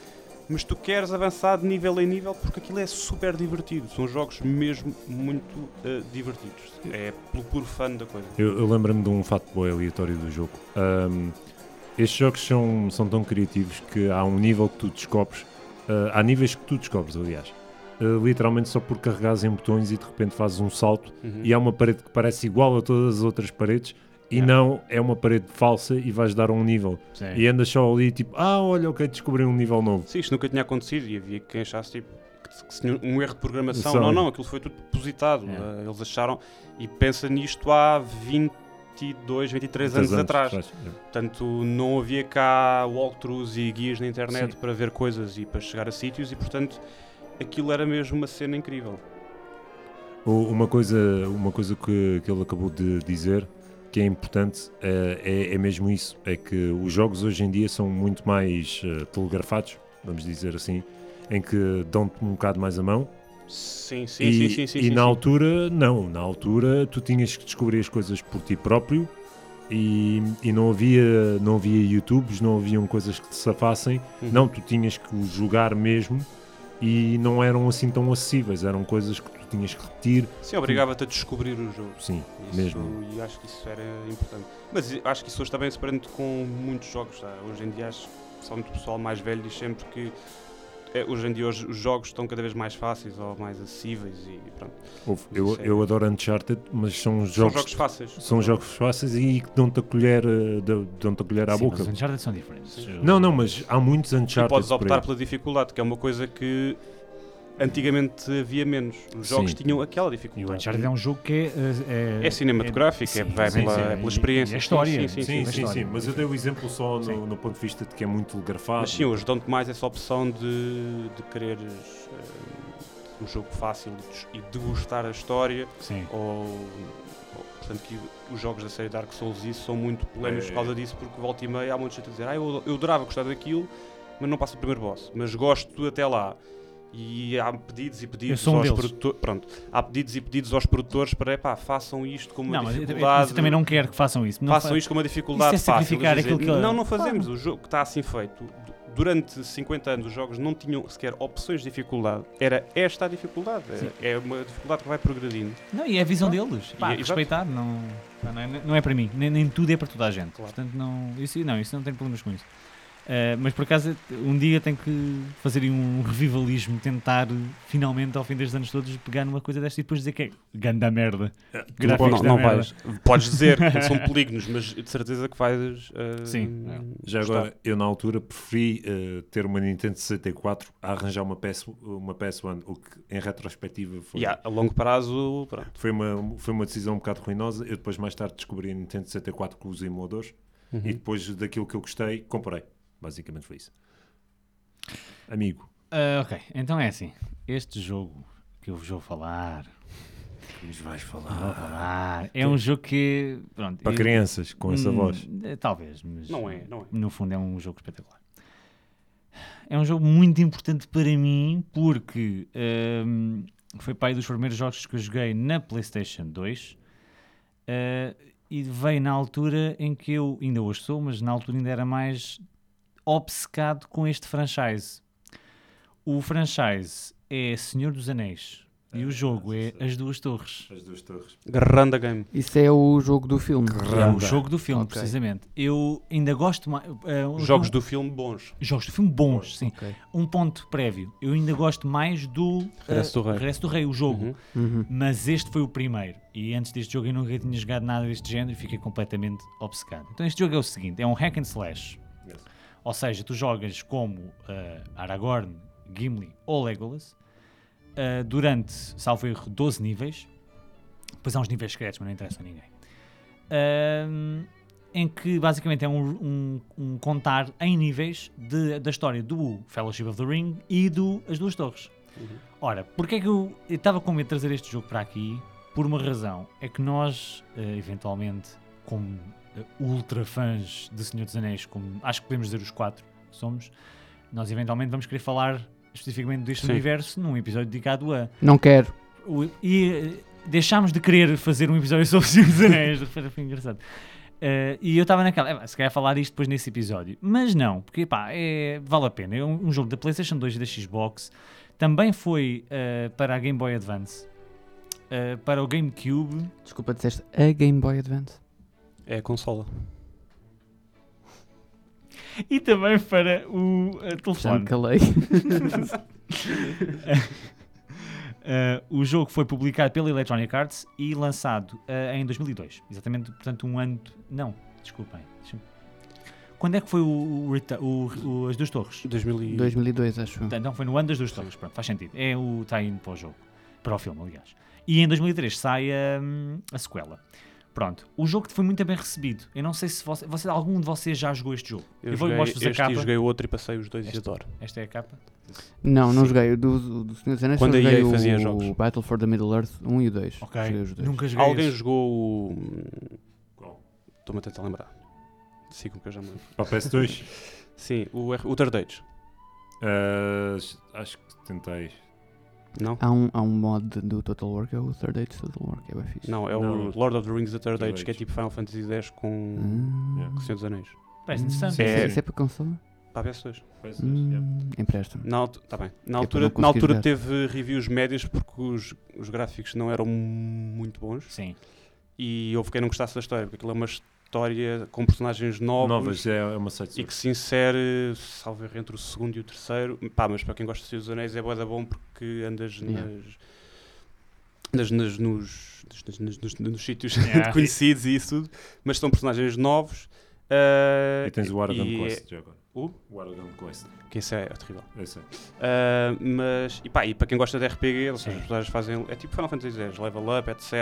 Speaker 4: mas tu queres avançar de nível em nível porque aquilo é super divertido. São jogos mesmo muito eh, divertidos. É pelo puro fã da coisa.
Speaker 2: Eu, eu lembro-me de um fato boi aleatório do jogo. Ahm, estes jogos são, são tão criativos que há um nível que tu descobres, ah, há níveis que tu descobres, aliás, ah, literalmente só por carregares em botões e de repente fazes um salto e há uma parede que parece igual a todas as outras paredes e
Speaker 3: Yeah.
Speaker 2: não é uma parede falsa e vais dar a um nível.
Speaker 3: Sim.
Speaker 4: É.
Speaker 2: E andas só ali tipo, ah, olha, ok, descobri um nível novo.
Speaker 4: Sim, isto nunca tinha acontecido e havia quem achasse tipo, que, que se tinha um erro de programação.
Speaker 2: São. é.
Speaker 4: Não, não, aquilo foi tudo depositado.
Speaker 3: É.
Speaker 4: Eh, eles acharam e pensa nisto há 22, 23 anos, atrás. Portanto, não havia cá walkthroughs e guias na internet para ver coisas e para chegar a sítios e, portanto, aquilo era mesmo uma cena incrível.
Speaker 2: O- Uma coisa, uma coisa que, que ele acabou de dizer que é importante eh, é, é mesmo isso, é que os jogos hoje em dia são muito mais eh, telegrafados, vamos dizer assim, em que dão-te um bocado mais a mão.
Speaker 4: Sim, sim,
Speaker 2: e
Speaker 4: sim, sim, sim.
Speaker 2: e
Speaker 4: sim,
Speaker 2: na
Speaker 4: sim.
Speaker 2: altura, não, na altura tu tinhas que descobrir as coisas por ti próprio e, e não havia não havia YouTubes, não haviam coisas que te safassem,
Speaker 4: Uhum.
Speaker 2: não, tu tinhas que o jogar mesmo e não eram assim tão acessíveis, eram coisas que tu tinhas que repetir,
Speaker 4: Sim, obrigava-te a descobrir o jogo.
Speaker 2: sim,
Speaker 4: Isso,
Speaker 2: mesmo.
Speaker 4: E acho que isso era importante. Mas eu acho que isso hoje também se prende com muitos jogos. Tá? Hoje em dia, acho que só muito pessoal mais velho diz sempre que é, hoje em dia hoje, os jogos estão cada vez mais fáceis ou mais acessíveis e pronto.
Speaker 2: Houve- Eu, eu adoro Uncharted, mas são
Speaker 4: São
Speaker 2: jogos,
Speaker 4: jogos fáceis.
Speaker 2: são jogos fáceis e que dão-te a colher, eh, dão- dão-te a colher à
Speaker 3: Sim, mas
Speaker 2: boca.
Speaker 3: Os Uncharted são diferentes. Eu-
Speaker 2: Não, não, mas há muitos Uncharted.
Speaker 4: e podes
Speaker 2: por aí.
Speaker 4: optar pela dificuldade, que é uma coisa que antigamente havia menos. Os
Speaker 2: Sim.
Speaker 4: jogos tinham
Speaker 3: E
Speaker 4: aquela
Speaker 3: o
Speaker 4: dificuldade.
Speaker 3: Uncharted é um jogo que é. eh,
Speaker 4: É cinematográfico, é,
Speaker 3: sim,
Speaker 4: vai
Speaker 3: sim,
Speaker 4: pela,
Speaker 3: sim,
Speaker 4: é
Speaker 3: e-
Speaker 4: pela experiência.
Speaker 3: e a história.
Speaker 4: Sim, sim,
Speaker 2: Sim,
Speaker 4: sim. sim.
Speaker 2: sim, sim,
Speaker 3: história.
Speaker 2: mas eu dei o exemplo só
Speaker 3: Sim.
Speaker 2: no, no ponto de vista de que é muito telegrafado.
Speaker 4: Mas sim, hoje dão-te mais essa opção de, de quereres eh, um jogo fácil e des- e degustar a história.
Speaker 3: Sim.
Speaker 4: Ou, ou- portanto, que os jogos da série Dark Souls e isso são muito polémicos
Speaker 2: É.
Speaker 4: por causa disso, porque volta e meia há muita gente a dizer ah, eu, eu adorava gostar daquilo, mas não passo o primeiro boss, mas gosto até lá. E há pedidos e
Speaker 3: Eu
Speaker 4: pedidos
Speaker 3: sou um
Speaker 4: aos
Speaker 3: deles.
Speaker 4: produtores. Pronto, há pedidos e pedidos aos produtores para epá, façam isto com uma
Speaker 3: Não, mas eu- eu-
Speaker 4: dificuldade.
Speaker 3: eu também não quero que façam isso. Não
Speaker 4: façam
Speaker 3: fa-
Speaker 4: isto com uma dificuldade
Speaker 3: Isso é
Speaker 4: fácil.
Speaker 3: sacrificar
Speaker 4: Eles dizem,
Speaker 3: aquilo que-
Speaker 4: Não, não fazemos. O jogo que está assim feito. Du- Durante 50 anos os jogos não tinham sequer opções de dificuldade. Era esta a dificuldade. É-
Speaker 3: Sim.
Speaker 4: É uma dificuldade que vai progredindo.
Speaker 3: Não, e é a visão deles. Pá,
Speaker 4: E- exato.
Speaker 3: respeitar, não, pá, não, é, não é para mim. Nem, nem tudo é para toda a gente.
Speaker 4: Claro.
Speaker 3: Portanto, não, isso, não, isso não tenho problemas com isso. Ah, mas por acaso, um dia tenho que fazer aí um revivalismo, tentar finalmente, ao fim destes anos todos, pegar numa coisa desta e depois dizer que é ganda merda.
Speaker 2: Eh,
Speaker 3: Gráficos
Speaker 4: Não,
Speaker 3: da
Speaker 4: não
Speaker 3: merda.
Speaker 4: vais. Podes dizer que são polígonos, mas de certeza que vais. ah,
Speaker 3: Sim.
Speaker 2: Já
Speaker 4: gostar.
Speaker 2: agora, eu na altura preferi eh, ter uma Nintendo 64 a arranjar uma, PS, uma PS1, o que em retrospectiva foi,
Speaker 4: E a a longo prazo, pronto.
Speaker 2: foi, uma, foi uma decisão um bocado ruinosa. Eu depois mais tarde descobri a Nintendo 64 com os emuladores
Speaker 4: Uhum.
Speaker 2: e depois daquilo que eu gostei, comprei. Basicamente foi isso. Amigo,
Speaker 3: Ah, ok, então é assim. Este jogo que eu vos vou falar,
Speaker 2: que nos vais
Speaker 3: vou
Speaker 2: falar?
Speaker 3: falar é um jogo que. Pronto,
Speaker 2: Para
Speaker 3: eu-
Speaker 2: crianças, com essa
Speaker 3: Hum,
Speaker 2: voz.
Speaker 3: eh, Talvez, mas.
Speaker 4: Não é, não é.
Speaker 3: No fundo, é um jogo espetacular. É um jogo muito importante para mim porque hum, foi pai dos primeiros jogos que eu joguei na PlayStation 2 eh, e veio na altura em que eu ainda hoje sou, mas na altura ainda era mais obcecado com este franchise. O franchise é Senhor dos Anéis e o jogo é As Duas Torres.
Speaker 2: As duas torres.
Speaker 4: Garranda game.
Speaker 1: Isso é o jogo do filme.
Speaker 3: É o
Speaker 2: Caramba.
Speaker 3: jogo do filme,
Speaker 1: Ok.
Speaker 3: precisamente. Eu ainda gosto mais. eh, o
Speaker 4: Jogos
Speaker 3: jogo-
Speaker 4: do filme bons.
Speaker 3: Jogos do filme bons, sim.
Speaker 1: Ok.
Speaker 3: Um ponto prévio. Eu ainda gosto mais do eh,
Speaker 4: Regresso do Rei.
Speaker 3: Regresso do Rei, o jogo.
Speaker 4: Uhum.
Speaker 1: Uhum.
Speaker 3: Mas este foi o primeiro. E antes deste jogo eu nunca tinha jogado nada deste género e fiquei completamente obcecado. Então este jogo é o seguinte: é um hack and slash.
Speaker 2: Yes.
Speaker 3: Ou seja, tu jogas como eh, Aragorn, Gimli ou Legolas eh, durante, salvo erro, 12 níveis. Depois há uns níveis secretos, mas não interessa a ninguém. Ahm, em que basicamente é um, um- um contar em níveis de- da história do Fellowship of the Ring e do As Duas Torres. Ora, porque é que eu eu estava com medo de trazer este jogo para aqui? Por uma razão. É que nós, eh, eventualmente, como eh, ultra fãs de Senhor dos Anéis, como acho que podemos dizer os quatro que somos, nós eventualmente vamos querer falar especificamente deste
Speaker 4: Sim.
Speaker 3: universo num episódio dedicado a.
Speaker 1: Não quero.
Speaker 3: o- e eh, deixámos de querer fazer um episódio sobre Senhor dos Anéis, [LAUGHS] foi foi engraçado. Eh, e eu estava naquela, "Eh, pá, se calhar falar disto depois nesse episódio. Mas não, porque pá, é, vale a pena. É um, um jogo da PlayStation 2 e da Xbox. Também foi eh, para a Game Boy Advance, eh, para o GameCube.
Speaker 1: Desculpa, disseste a Game Boy Advance.
Speaker 4: É a consola.
Speaker 3: e também para o eh,
Speaker 1: Já me
Speaker 3: telefone.
Speaker 1: calei.
Speaker 3: [LAUGHS] Eh, o jogo foi publicado pela Electronic Arts e lançado eh, em 2002. Exatamente, portanto, um ano. de- Não, desculpem. deixa-me- Quando é que foi o, o reta- o- o- as duas torres?
Speaker 4: 2000 e...
Speaker 1: 2002, acho. eu.
Speaker 3: Portanto, não foi no ano das duas torres. Pronto, faz sentido. É o tie-in para o jogo. Para o filme, aliás. E em 2003 sai hum, a sequela. Pronto, o jogo foi muito bem recebido. Eu não sei se você, você- algum de vocês já jogou este jogo.
Speaker 4: Eu,
Speaker 3: vou
Speaker 4: joguei
Speaker 3: mostrar-vos a
Speaker 4: este
Speaker 3: capa.
Speaker 4: e joguei o outro e passei os dois
Speaker 3: Este.
Speaker 4: e adoro.
Speaker 3: Esta é a capa.
Speaker 1: Não, não
Speaker 4: Sim.
Speaker 1: joguei. O do, o do Senhor dos Anéis
Speaker 4: Quando
Speaker 1: só
Speaker 4: a EA
Speaker 1: joguei o,
Speaker 4: fazia jogos.
Speaker 1: Battle for the Middle Earth 1 e o 2.
Speaker 3: Ok.
Speaker 1: Joguei os dois.
Speaker 3: Nunca joguei.
Speaker 4: Alguém
Speaker 3: esse.
Speaker 4: jogou o.
Speaker 2: Qual?
Speaker 4: Estou-me a tentar lembrar. Sigam que eu já me lembro.
Speaker 2: Para o [LAUGHS] PS2,
Speaker 4: Sim, o, R- o Third Age.
Speaker 2: eh, acho que tentei.
Speaker 4: Não?
Speaker 1: Há um, há um mod do Total War que é o Third Age Total War, que é bem fixe.
Speaker 4: Não, é
Speaker 2: Não.
Speaker 4: o Lord of the Rings The Third
Speaker 2: Third
Speaker 4: Age, que é
Speaker 2: Age.
Speaker 4: tipo Final Fantasy X com
Speaker 1: Ah.
Speaker 2: Yeah.
Speaker 4: com Senhor dos Anéis.
Speaker 3: Parece
Speaker 1: Hum.
Speaker 3: interessante.
Speaker 1: Isso
Speaker 2: Sim,
Speaker 1: é-
Speaker 2: sim.
Speaker 1: Isso é para console?
Speaker 4: Para a PS2.
Speaker 2: PS2, yeah.
Speaker 1: Hum, Empresta-me.
Speaker 4: Na, altu- tá bem. na
Speaker 1: É
Speaker 4: altura,
Speaker 1: para não
Speaker 4: na altura
Speaker 1: conseguir
Speaker 4: teve reviews médias porque os, os gráficos não eram muito bons
Speaker 3: Sim.
Speaker 4: e houve quem não gostasse da história, porque aquilo é uma história com personagens novos
Speaker 2: Novas, é, é uma site
Speaker 4: e que se insere, salvo erro, entre o segundo e o terceiro. Pá, mas para quem gosta de Senhor dos Anéis é boa da bom porque andas nas.
Speaker 1: Yeah.
Speaker 4: nas- nas- nos, nos, nos, nos- nos sítios
Speaker 3: Yeah.
Speaker 4: [LAUGHS] conhecidos e isso tudo, mas são personagens novos. ah,
Speaker 2: E tens o Aragorn
Speaker 4: e é-
Speaker 2: Quest já agora.
Speaker 4: O?
Speaker 2: O Aragorn Quest.
Speaker 4: que isso é terrível.
Speaker 2: Eu sei.
Speaker 4: Uh, mas, e pá, e para quem gosta de RPG, ou seja,
Speaker 3: Sim.
Speaker 4: as pessoas fazem, é tipo Final Fantasy X, level up, etc,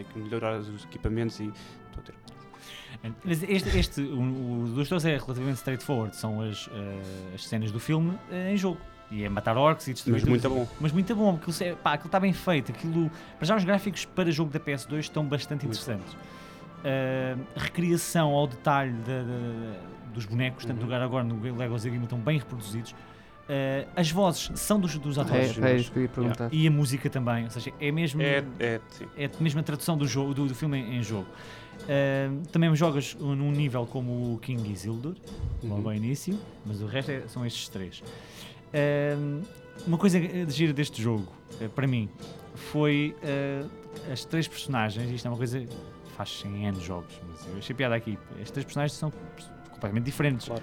Speaker 4: e que melhorar os equipamentos e... Estou a ter...
Speaker 3: Mas este, este o, o dos dois é relativamente straightforward. São as, eh, as cenas do filme eh, em jogo. E é matar orcs e destruir
Speaker 4: Mas
Speaker 3: tudo.
Speaker 4: muito bom.
Speaker 3: Mas muito bom, porque aquilo, é- pá, aquilo está bem feito. Aquilo, para já os gráficos para jogo da PS2 estão bastante
Speaker 4: Muito
Speaker 3: interessantes. Ah, recriação ao detalhe da- da- dos bonecos, tanto
Speaker 4: Uhum.
Speaker 3: do Garagorn como do Lego Zagima, estão bem reproduzidos. Ah, as vozes são dos, dos
Speaker 1: É,
Speaker 3: atores.
Speaker 1: era isso que eu ia perguntar.
Speaker 3: E a música também, ou seja, é mesmo
Speaker 4: É, é, sim.
Speaker 3: é a mesma tradução do, jogo, do, do filme em, em jogo. Ahm, também jogas num nível como o King Isildur, logo
Speaker 4: Uhum.
Speaker 3: ao início, mas o resto é- são estes três. Ahm, uma coisa de gira deste jogo, eh, para mim, foi ah, as três personagens, isto é uma coisa faz 100 anos de jogos, mas eu achei piada aqui, as três personagens são pers- completamente diferentes.
Speaker 4: Claro.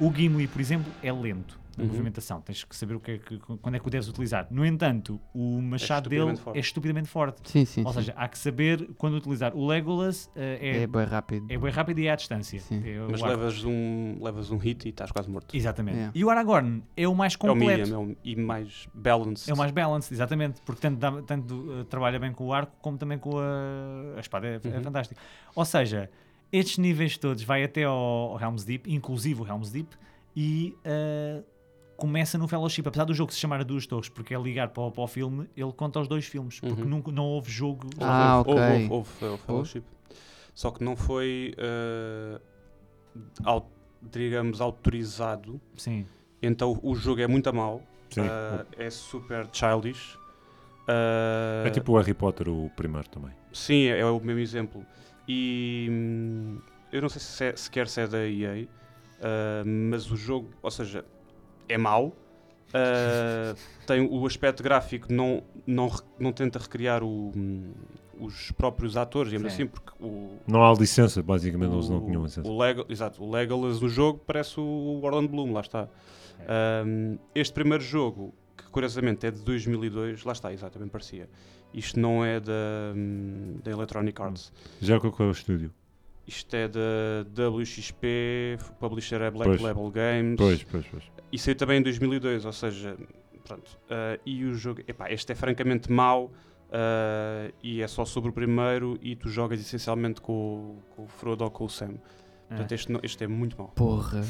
Speaker 3: O Gimli, por exemplo, é lento na
Speaker 4: Uhum.
Speaker 3: movimentação, tens que saber o que é que- quando é que o deves utilizar. No entanto, o machado dele
Speaker 4: estupidamente forte.
Speaker 3: é estupidamente forte.
Speaker 1: Sim, sim.
Speaker 3: Ou
Speaker 1: sim.
Speaker 3: seja, há que saber quando utilizar. O Legolas eh,
Speaker 1: é
Speaker 3: é,
Speaker 1: bem rápido.
Speaker 3: é, bem rápido e é à distância.
Speaker 1: Sim.
Speaker 3: É o
Speaker 4: Mas
Speaker 3: arco.
Speaker 4: levas um, levas um hit e estás quase morto.
Speaker 3: Exatamente.
Speaker 1: Yeah.
Speaker 3: E o Aragorn é o mais
Speaker 4: É o
Speaker 3: completo.
Speaker 4: medium, é o, e mais balanced.
Speaker 3: É o mais balanced, exatamente, porque tanto, dá- tanto, eh, trabalha bem com o arco como também com a, a espada, é, é
Speaker 4: Uhum.
Speaker 3: fantástico. Ou seja, estes níveis todos vai até ao, ao Helm's Deep, inclusive o Helm's Deep, e eh, começa no Fellowship. Apesar do jogo se chamar a Duas Torres, porque é ligar para, o- para o filme, ele conta os dois filmes, porque
Speaker 4: Uhum.
Speaker 3: nunca, não houve jogo.
Speaker 1: Ah,
Speaker 4: houve,
Speaker 1: ok.
Speaker 4: Houve, houve, houve fellowship. Só que não foi, eh, au- digamos, autorizado.
Speaker 3: Sim,
Speaker 4: Então o jogo é muito a mal.
Speaker 2: Sim.
Speaker 4: eh, é super childish. eh,
Speaker 2: é tipo o Harry Potter, o primeiro também.
Speaker 4: Sim, é o mesmo exemplo. E hum, eu não sei se é, sequer se é da EA, ah, mas o jogo, ou seja, é mau. Ah, tem o aspecto gráfico não, não, re- não tenta recriar o, hum, os próprios atores, digamos
Speaker 3: Sim.
Speaker 4: assim, porque o,
Speaker 2: Não há licença, basicamente, eles não um
Speaker 4: o-
Speaker 2: tinham licença.
Speaker 4: O, Lego, exato, o Legolas no jogo parece o Orlando Bloom, lá está. Ahm, este primeiro jogo, que curiosamente é de 2002, lá está, exato, bem parecia. Isto não é da, hum, da Electronic Arts.
Speaker 2: Já qual é o estúdio?
Speaker 4: Isto é da WXP, o publisher é Black
Speaker 2: Pois.
Speaker 4: Label Games.
Speaker 2: Pois, pois, pois.
Speaker 4: E saiu também em 2002, ou seja, pronto. ah, e o jogo, epá, este é francamente mau. ah, e é só sobre o primeiro e tu jogas essencialmente com, o- com o Frodo ou com o Sam. Portanto, este, não- este é muito mau.
Speaker 3: [LAUGHS]
Speaker 1: Porra.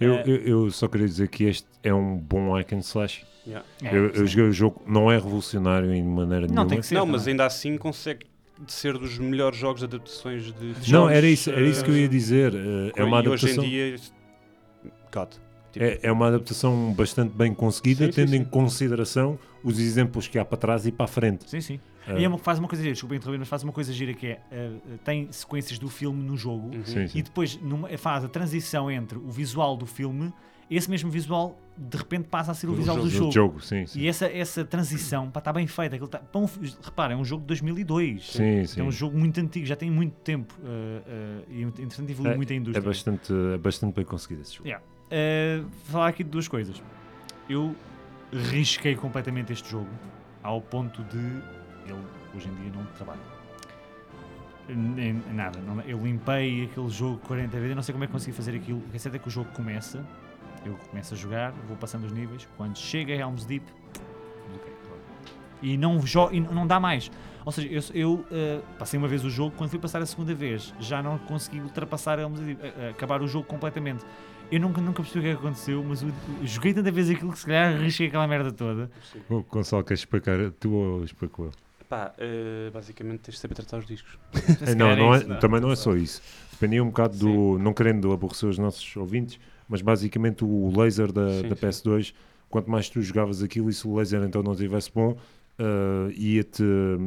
Speaker 2: Eu,
Speaker 3: Eh,
Speaker 2: eu- eu só queria dizer que este é um bom hack and slash.
Speaker 4: Yeah.
Speaker 3: É,
Speaker 2: eu, eu
Speaker 3: sim.
Speaker 2: joguei o jogo, não é revolucionário em maneira
Speaker 3: Não
Speaker 2: nenhuma.
Speaker 3: tem que ser.
Speaker 4: não, mas
Speaker 3: também.
Speaker 4: ainda assim consegue de ser dos melhores jogos de adaptações de de
Speaker 2: Não,
Speaker 4: jogos,
Speaker 2: era isso, era
Speaker 4: eh,
Speaker 2: isso que eu ia dizer. eh, É uma
Speaker 4: e hoje em
Speaker 2: adaptação,
Speaker 4: dia. God. tipo-
Speaker 2: é, é uma adaptação bastante bem conseguida,
Speaker 4: Sim, sim,
Speaker 2: tendo em
Speaker 4: sim.
Speaker 2: consideração os exemplos que há para trás e para a frente.
Speaker 3: Sim, sim.
Speaker 2: Eh,
Speaker 3: E é uma, faz uma coisa gira, desculpa interromper, mas faz uma coisa gira que é, eh, tem sequências do filme no jogo
Speaker 4: Uhum.
Speaker 2: Hum, sim, sim.
Speaker 3: e depois numa, eh, faz a transição entre o visual do filme, esse mesmo visual de repente passa a ser o, visual do um jogo.
Speaker 2: Do jogo, sim, sim.
Speaker 3: E é essa, essa transição está bem feita. Aquilo tá, para um fi- reparem, é um jogo de 2002.
Speaker 2: Sim,
Speaker 3: É
Speaker 2: sim.
Speaker 3: um jogo muito antigo, já tem muito tempo. eh, eh, e é muito interessante evoluir muito a
Speaker 2: É
Speaker 3: indústria.
Speaker 2: bastante, é bastante bem conseguido esse jogo.
Speaker 3: Yeah. Uh, vou falar aqui de duas coisas. Eu risquei completamente este jogo ao ponto de ele hoje em dia não trabalha. Nem, nada. não- é? eu limpei aquele jogo 40 vezes, eu não sei como é que consegui fazer aquilo. O que é certo é que o jogo começa, eu começo a jogar, vou passando os níveis, quando chega a Helm's Deep, bloqueio. E não, jo- e não dá mais. Ou seja, eu, eu, uh, passei uma vez o jogo, quando fui passar a segunda vez, já não consegui ultrapassar a Helm's Deep, a- a acabar o jogo completamente. Eu nunca, nunca percebi o que é que aconteceu, mas eu, eu
Speaker 2: [LAUGHS]
Speaker 3: joguei tanta vez aquilo que se calhar arrisquei aquela merda toda.
Speaker 2: O Gonçalo quer explicar, tu ou explico eu?
Speaker 4: Pá, eh, basicamente tens de saber tratar os discos.
Speaker 2: Eh, Não, não é- também não é só isso. Dependia um bocado do. Não querendo aborrecer os nossos ouvintes, mas basicamente o laser da,
Speaker 4: Sim,
Speaker 2: da
Speaker 4: sim.
Speaker 2: PS2, quanto mais tu jogavas aquilo e se o laser então não estivesse bom, eh, ia-te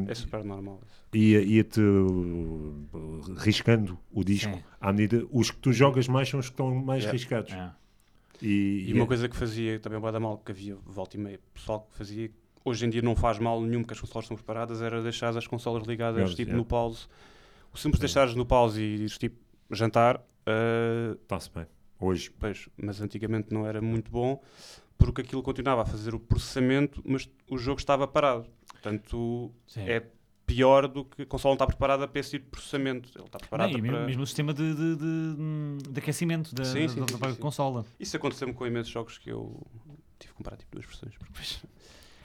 Speaker 4: É super normal. isso.
Speaker 2: ia, ia-te uh, riscando o disco
Speaker 3: Sim.
Speaker 2: à medida. Os que tu jogas mais são os que estão mais
Speaker 4: Yeah.
Speaker 2: riscados.
Speaker 3: Ah,
Speaker 2: E,
Speaker 4: E uma coisa que fazia também bué da mal, que havia volta e meia pessoal que fazia, hoje em dia não faz mal nenhum porque as consolas estão separadas, era deixar as consolas ligadas
Speaker 2: Ligadas,
Speaker 4: tipo
Speaker 2: yeah.
Speaker 4: no pause. O simples deixares no pause e dizes tipo jantar, eh,
Speaker 2: está-se bem. Hoje,
Speaker 4: pois, mas antigamente não era muito bom porque aquilo continuava a fazer o processamento, mas o jogo estava parado. Portanto,
Speaker 3: sim.
Speaker 4: é pior do que a consola não está preparada para esse tipo de processamento. Ele está
Speaker 3: Não,
Speaker 4: preparado
Speaker 3: e mesmo,
Speaker 4: para...
Speaker 3: mesmo o sistema de, de, hum, de- de aquecimento da,
Speaker 4: Sim, sim,
Speaker 3: da-
Speaker 4: sim,
Speaker 3: da
Speaker 4: sim, sim.
Speaker 3: consola.
Speaker 4: Isso aconteceu-me com imensos jogos que eu tive que comprar tipo duas versões. Porque...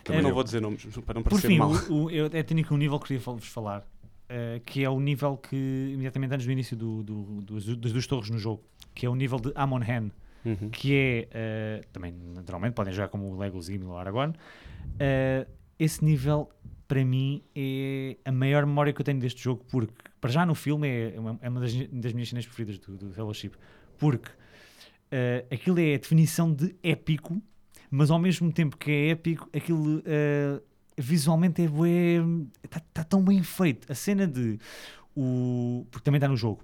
Speaker 2: também
Speaker 4: Eu É, não
Speaker 2: eu.
Speaker 4: vou dizer nomes para não
Speaker 3: Por
Speaker 4: parecer
Speaker 3: fim,
Speaker 4: mal.
Speaker 3: o, o, eu até tenho aqui um nível que queria fal- vos falar, eh, que é o nível que imediatamente antes do início do, do- dos, das duas torres no jogo, que é o nível de Amon Hen,
Speaker 4: Uhum.
Speaker 3: que é, eh, também naturalmente podem jogar como o Lego Zim ou o Aragorn, Eh, esse nível para mim é a maior memória que eu tenho deste jogo, porque para já no filme é uma, é uma das, das minhas cenas preferidas do, do Fellowship, porque eh, aquilo é a definição de épico, mas ao mesmo tempo que é épico, aquilo eh, visualmente é está tão bem feito. A cena de o porque também está no jogo.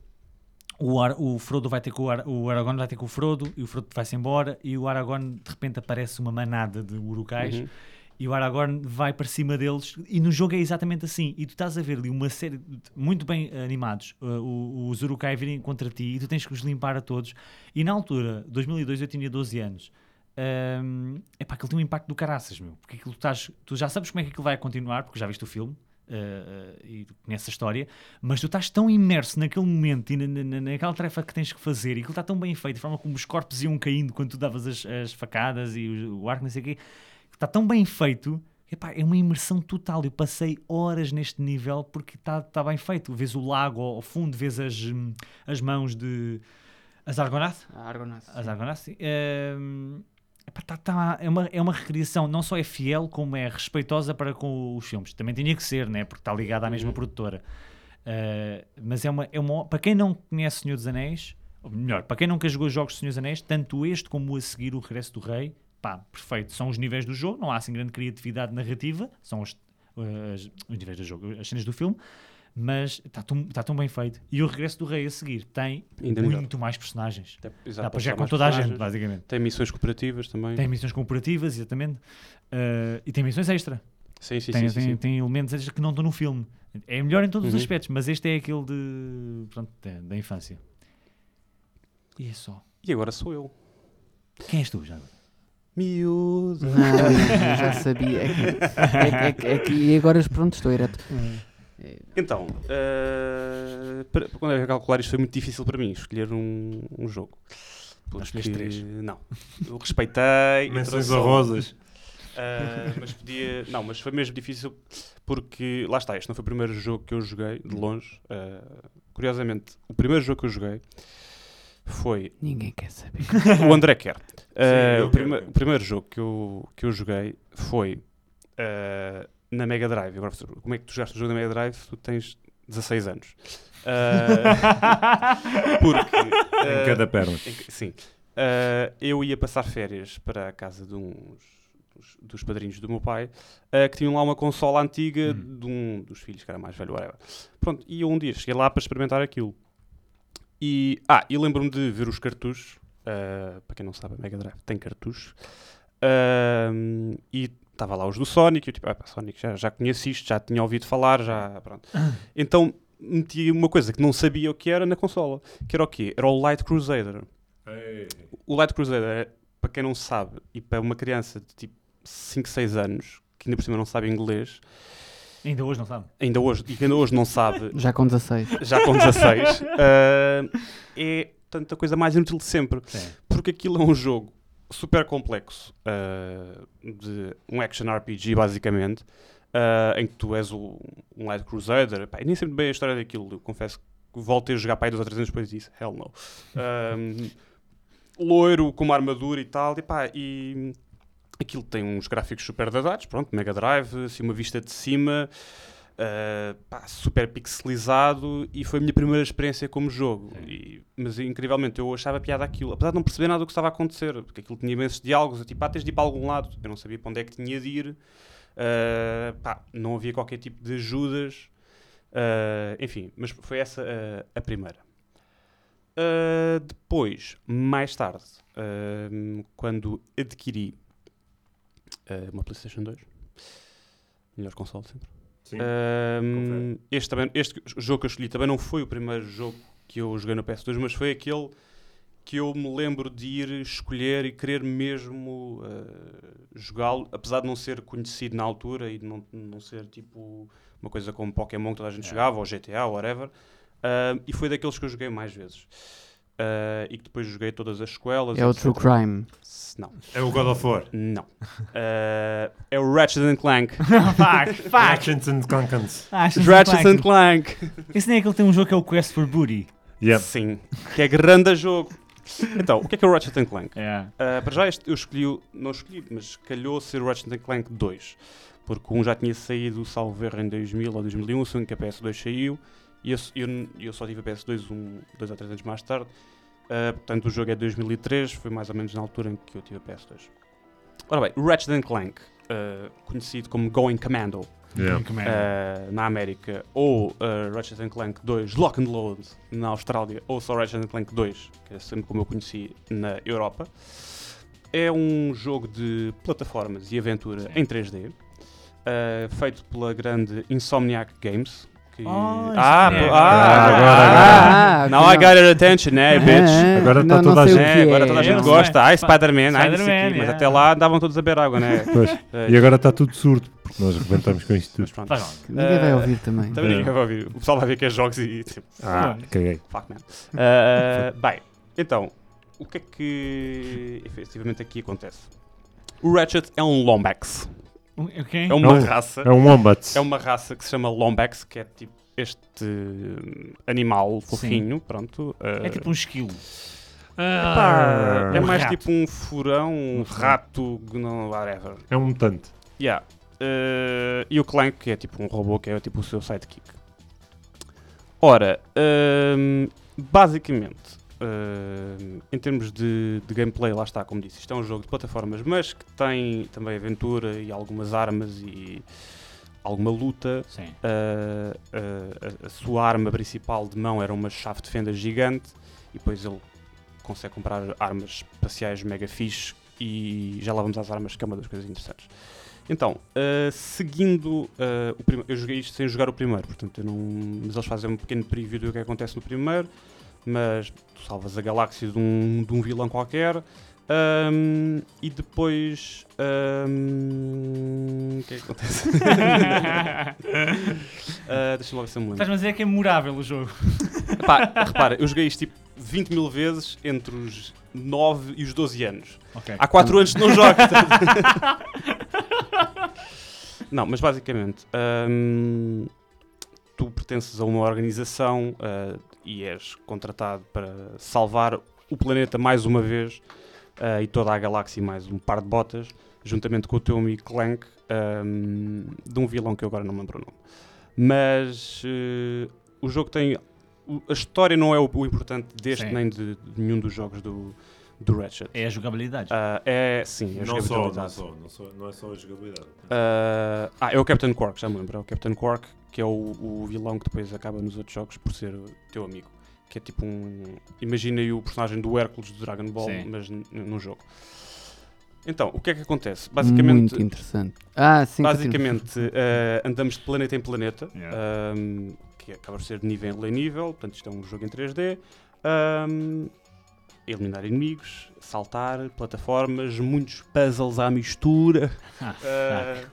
Speaker 3: O, Ar- o Frodo vai ter com o, Ar- o Aragorn vai ter com o Frodo e o Frodo vai-se embora e o Aragorn de repente aparece uma manada de urukais
Speaker 4: Uhum.
Speaker 3: e o Aragorn vai para cima deles e no jogo é exatamente assim e tu estás a ver ali uma série de- muito bem animados uh, o- os Urukai virem contra ti e tu tens que os limpar a todos e na altura, 2002 eu tinha 12 anos um, epá, aquilo tem um impacto do caraças meu, porque aquilo estás, tu já sabes como é que aquilo vai continuar porque já viste o filme uh, uh, e tu conheces a história, mas tu estás tão imerso naquele momento e na, na- na- naquela tarefa que tens que fazer e aquilo está tão bem feito, de forma como os corpos iam caindo quando tu davas as, as facadas e o, o arco, não sei o quê, está tão bem feito. Epá, é uma imersão total. Eu passei horas neste nível porque está tá bem feito. Vês o lago ao ao fundo, vês as, hum, as mãos de. As Argonath?
Speaker 1: A Argonauts.
Speaker 3: As Argonath, sim. Hum, epá, tá- tá- é, uma, é uma recriação, não só é fiel, como é respeitosa para com os filmes. Também tinha que ser, né? Porque está ligada à mesma produtora. Uh, mas é uma, é uma. Para quem não conhece Senhor dos Anéis, ou melhor, para quem nunca jogou os jogos de Senhor dos Anéis, tanto este como o a seguir, O Regresso do Rei, pá, perfeito. São os níveis do jogo, não há assim grande criatividade narrativa, são os, as- os níveis do jogo, as cenas do filme, mas está tão, tá tão bem feito. E O Regresso do Rei a seguir tem
Speaker 4: Ainda melhor.
Speaker 3: muito mais personagens.
Speaker 4: Até- exato,
Speaker 3: Dá para
Speaker 4: pode
Speaker 3: jogar
Speaker 4: usar
Speaker 3: com
Speaker 4: mais
Speaker 3: toda a gente,
Speaker 4: personagens.
Speaker 3: basicamente.
Speaker 4: Tem missões cooperativas também.
Speaker 3: Tem missões corporativas, exatamente. Uh, e tem missões extra.
Speaker 4: Sim, sim,
Speaker 3: tem,
Speaker 4: sim, sim,
Speaker 3: tem-
Speaker 4: sim.
Speaker 3: tem elementos extra que não estão no filme. É melhor em todos os
Speaker 4: Uhum.
Speaker 3: aspectos, mas este é aquele de. Pronto, da, da infância. E é só.
Speaker 4: E agora sou eu.
Speaker 3: Quem és tu, já?
Speaker 4: [LAUGHS]
Speaker 3: agora? [LAUGHS]
Speaker 1: Não, não, já sabia. É que, é que- é que- é que- e agora pronto, estou ereto.
Speaker 3: Hum.
Speaker 4: Então, eh, para, para quando eu ia calcular isto foi muito difícil para mim, escolher um, um jogo.
Speaker 3: Não escolheste três.
Speaker 4: Não. Eu respeitei.
Speaker 2: [LAUGHS]
Speaker 4: e
Speaker 2: Menções
Speaker 4: trouxe-
Speaker 2: honrosas.
Speaker 4: Ah, mas podia. Não, mas foi mesmo difícil porque lá está, este não foi o primeiro jogo que eu joguei, de longe. Ah, curiosamente, o primeiro jogo que eu joguei foi
Speaker 1: Ninguém quer saber.
Speaker 4: o André quer. Ah,
Speaker 2: eu quero,
Speaker 4: o, prime-
Speaker 2: eu quero.
Speaker 4: o primeiro jogo que eu, que eu joguei foi ah, na Mega Drive. Agora, professor, como é que tu jogaste o jogo na Mega Drive? Tu tens 16 anos.
Speaker 2: [LAUGHS]
Speaker 4: Ah, porque.
Speaker 2: Em
Speaker 4: ah,
Speaker 2: cada perna.
Speaker 4: em que- Sim. Ah, eu ia passar férias para a casa de uns dos, dos padrinhos do meu pai, ah, que tinham lá uma consola antiga
Speaker 3: Hum.
Speaker 4: de um dos filhos, que era mais velho, whatever. Pronto, e eu um dia cheguei lá para experimentar aquilo. E, ah, e lembro-me de ver os cartuchos, ah, para quem não sabe, a Mega Drive tem cartuchos, Ah, e estava lá os do Sonic, e eu tipo, ah, pá, Sonic, já, já conheço isto, já tinha ouvido falar, já, pronto. Então meti uma coisa que não sabia o que era na consola, que era o quê? Era o Light Crusader. O Light Crusader, é, para quem não sabe, e para uma criança de tipo 5, 6 anos, que ainda por cima não sabe inglês,
Speaker 3: Ainda hoje não sabe.
Speaker 4: ainda hoje, e que ainda hoje não sabe,
Speaker 1: Já com 16.
Speaker 4: já com [LAUGHS] 16, ah, é tanta coisa mais inútil de sempre.
Speaker 3: [LAUGHS] Sim.
Speaker 4: Porque aquilo é um jogo super complexo, ah, de um action RPG basicamente, ah, em que tu és o, um Light Crusader, pá, eu nem sei muito bem a história daquilo, eu confesso que voltei a jogar para aí dois ou três anos depois disso, hell no. Ahm, loiro, com uma armadura e tal, e pá, e aquilo tem uns gráficos super dadados, pronto, Mega Drive, assim, uma vista de cima, ah, pá, super pixelizado e foi a minha primeira experiência como jogo.
Speaker 3: Sim.
Speaker 4: E- mas incrivelmente eu achava piada aquilo, apesar de não perceber nada do que estava a acontecer, porque aquilo tinha imensos diálogos, eu, tipo, ah, tens de ir para algum lado, eu não sabia para onde é que tinha de ir, ah, pá, não havia qualquer tipo de ajudas, ah, enfim, mas foi essa ah, a primeira. Ah, depois, mais tarde, ah, quando adquiri ah, uma PlayStation 2, melhor console de sempre.
Speaker 2: Sim.
Speaker 4: É. Ahm, este, também, este jogo que eu escolhi também não foi o primeiro jogo que eu joguei no PS2, mas foi aquele que eu me lembro de ir escolher e querer mesmo ah, jogá-lo, apesar de não ser conhecido na altura e de não, não ser tipo uma coisa como Pokémon que toda a gente jogava, ou GTA, ou whatever. Ah, e foi daqueles que eu joguei mais vezes. Ah, e que depois joguei todas as escolas.
Speaker 1: É o
Speaker 4: etc.
Speaker 1: True Crime.
Speaker 4: Não,
Speaker 2: É o God of War.
Speaker 4: não. [LAUGHS] Ah, é o Ratchet
Speaker 1: [LAUGHS]
Speaker 4: and Clank.
Speaker 3: fuck, fuck! Ah,
Speaker 2: Ratchet and Clankans.
Speaker 3: Achas
Speaker 4: Ratchet and
Speaker 3: Ratchet
Speaker 4: Clank.
Speaker 3: é Esse nem é aquele que tem um jogo que é o Quest for Booty.
Speaker 2: Yep.
Speaker 4: Sim, que é grande jogo. Então, o que é que é o Ratchet and Clank?
Speaker 3: É.
Speaker 4: Ah, para já este eu escolhi, o- não escolhi, mas calhou ser o Ratchet and Clank 2. Porque um já tinha saído, salvo erro, em 2000 ou 2001, o segundo que é a PS2 saiu. E eu, s- eu n- eu só tive a PS2 um, dois ou três anos mais tarde. Ah, portanto, o jogo é de 2003, foi mais ou menos na altura em que eu tive a PS2. Ora bem, Ratchet and Clank, ah, conhecido como Going Commando [LAUGHS]
Speaker 2: Yeah.
Speaker 3: Como é?
Speaker 4: eh, na América, ou eh, Ratchet and Clank 2 Lock and Load na Austrália, ou só Ratchet and Clank 2, que é sempre como eu conheci na Europa. É um jogo de plataformas e aventura
Speaker 3: Sim.
Speaker 4: em 3D, eh, feito pela grande Insomniac Games. Que...
Speaker 3: Oh,
Speaker 4: ah,
Speaker 3: Insomniac.
Speaker 4: pô-
Speaker 2: Ah,
Speaker 4: ah,
Speaker 2: agora, É,
Speaker 4: ah,
Speaker 1: agora.
Speaker 4: Now I got your attention, eh, bitch?
Speaker 1: Ah,
Speaker 2: Agora
Speaker 1: não,
Speaker 2: tá
Speaker 1: não
Speaker 2: toda a
Speaker 1: sei o
Speaker 2: gente-
Speaker 1: que
Speaker 4: É, agora toda a
Speaker 3: É,
Speaker 4: gente
Speaker 3: não
Speaker 4: gosta.
Speaker 3: sei.
Speaker 4: Ai, Spider-Man, ai, não sei o quê,
Speaker 3: Spider-Man,
Speaker 4: mas
Speaker 3: é.
Speaker 4: até lá andavam todos a beber água,
Speaker 3: [LAUGHS]
Speaker 4: né?
Speaker 2: Pois.
Speaker 4: Eh,
Speaker 2: E agora está tudo surdo, porque nós arrebentamos com isto
Speaker 4: mas
Speaker 2: tudo.
Speaker 4: pronto.
Speaker 3: Faz mal.
Speaker 1: Ninguém vai ouvir também.
Speaker 4: Também
Speaker 2: É.
Speaker 4: ninguém vai ouvir. O pessoal vai ver que é jogos e tipo,
Speaker 2: Ah, caguei.
Speaker 4: Fuck, man.
Speaker 3: [LAUGHS]
Speaker 4: Ah, bem, então, o que é que efetivamente aqui acontece? O Ratchet é um Lombax.
Speaker 3: Ok.
Speaker 4: É uma
Speaker 2: É um-
Speaker 4: raça.
Speaker 2: É um wombat.
Speaker 4: É uma raça que se chama Lombax, que é tipo este hum, animal fofinho, pronto. ah,
Speaker 3: É tipo um esquilo.
Speaker 4: pá, é
Speaker 2: Ah, é,
Speaker 4: mais
Speaker 3: rato.
Speaker 4: tipo um furão, um
Speaker 3: Um
Speaker 4: rato, não, whatever.
Speaker 2: um mutante.
Speaker 4: Yeah. Eh, e o Clank, que é tipo um robô, que é tipo o seu sidekick. Ora, ehm, basicamente, ehm, em termos de, de gameplay, lá está, como disse, isto é um jogo de plataformas, mas que tem também aventura e algumas armas e alguma luta.
Speaker 3: Sim.
Speaker 4: Uh, uh, a, a sua arma principal de mão era uma chave de fenda gigante e depois ele consegue comprar armas espaciais mega fixe e já lá vamos às armas que é uma das coisas interessantes. Então, uh, seguindo uh, o primeiro, eu joguei isto sem jogar o primeiro, portanto eu não, mas eles fazem um pequeno preview do que acontece no primeiro, mas tu salvas a galáxia de um, de um vilão qualquer um, e depois um, o que é que acontece? Ah, Deixa-me lá ver se eu me lembro.
Speaker 3: [LAUGHS] Estás-me a dizer que é memorável o jogo.
Speaker 4: Epá, repara, eu joguei isto tipo 20 mil vezes entre os 9 e os 12 anos.
Speaker 3: Ok.
Speaker 4: Há 4 anos que não jogo.
Speaker 3: [LAUGHS]
Speaker 4: portanto. não, mas basicamente, hum, tu pertences a uma organização ah, e és contratado para salvar o planeta mais uma vez ah, e toda a galáxia e mais um par de botas, juntamente com o teu amigo Clank, hum, de um vilão que eu agora não me lembro o nome. Mas eh, o jogo tem. o- A história não é o, o importante deste,
Speaker 3: Sim.
Speaker 4: nem de, de nenhum dos jogos do, do Ratchet.
Speaker 3: É a jogabilidade.
Speaker 4: Ah, é, sim, a jogabilidade.
Speaker 2: não, só, não é só a jogabilidade.
Speaker 4: Ah, ah, é o Captain Quark, já me lembro. É o Captain Quark, que é o, o vilão que depois acaba nos outros jogos por ser teu amigo. Que é tipo um. Imagina aí o personagem do Hércules do Dragon Ball,
Speaker 3: Sim.
Speaker 4: mas n- num jogo. Então, o que é que acontece? Basicamente,
Speaker 1: Muito interessante. Ah, sim. continua.
Speaker 4: basicamente eh, andamos de planeta em planeta,
Speaker 3: Yeah.
Speaker 4: ahm, que acaba por ser de nível em nível, portanto isto é um jogo em 3D. ahm, eliminar inimigos, saltar, plataformas, muitos puzzles à mistura.
Speaker 3: Ah,
Speaker 4: Ah,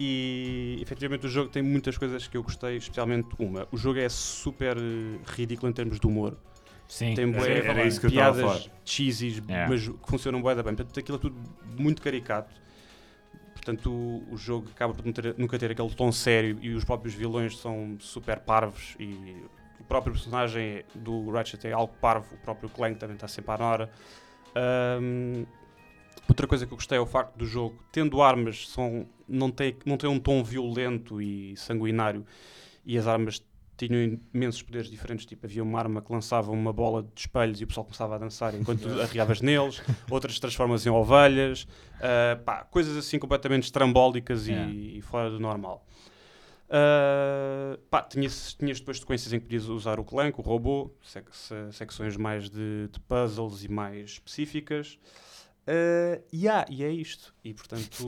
Speaker 4: e efetivamente o jogo tem muitas coisas que eu gostei, especialmente uma. O jogo é super eh, ridículo em termos de humor.
Speaker 3: Sim.
Speaker 4: Tem um bué,
Speaker 2: era
Speaker 4: pá,
Speaker 2: isso que eu estava a
Speaker 4: piadas cheesy,
Speaker 3: É.
Speaker 4: mas que funcionam bué da bem. Portanto, aquilo é tudo muito caricato. Portanto, o, o jogo acaba por não ter- nunca ter aquele tom sério e os próprios vilões são super parvos e o próprio personagem é do Ratchet é algo parvo, o próprio Clank também está sempre à nora. Ahm, Outra coisa que eu gostei é o facto do jogo, tendo armas, são, não, tem, não tem um tom violento e sanguinário, e as armas tinham imensos poderes diferentes. Tipo, havia uma arma que lançava uma bola de espelhos e o pessoal começava a dançar enquanto tu arriavas neles, [LAUGHS] outras transformas em ovelhas, ah, pá, coisas assim completamente estrambólicas e-
Speaker 3: Yeah.
Speaker 4: e, fora do normal. Ah, pá, tinhas, tinhas depois sequências em que podias usar o clã, o robô, sec- se- secções mais de, de puzzles e mais específicas. Ah, e há- e é isto. E portanto,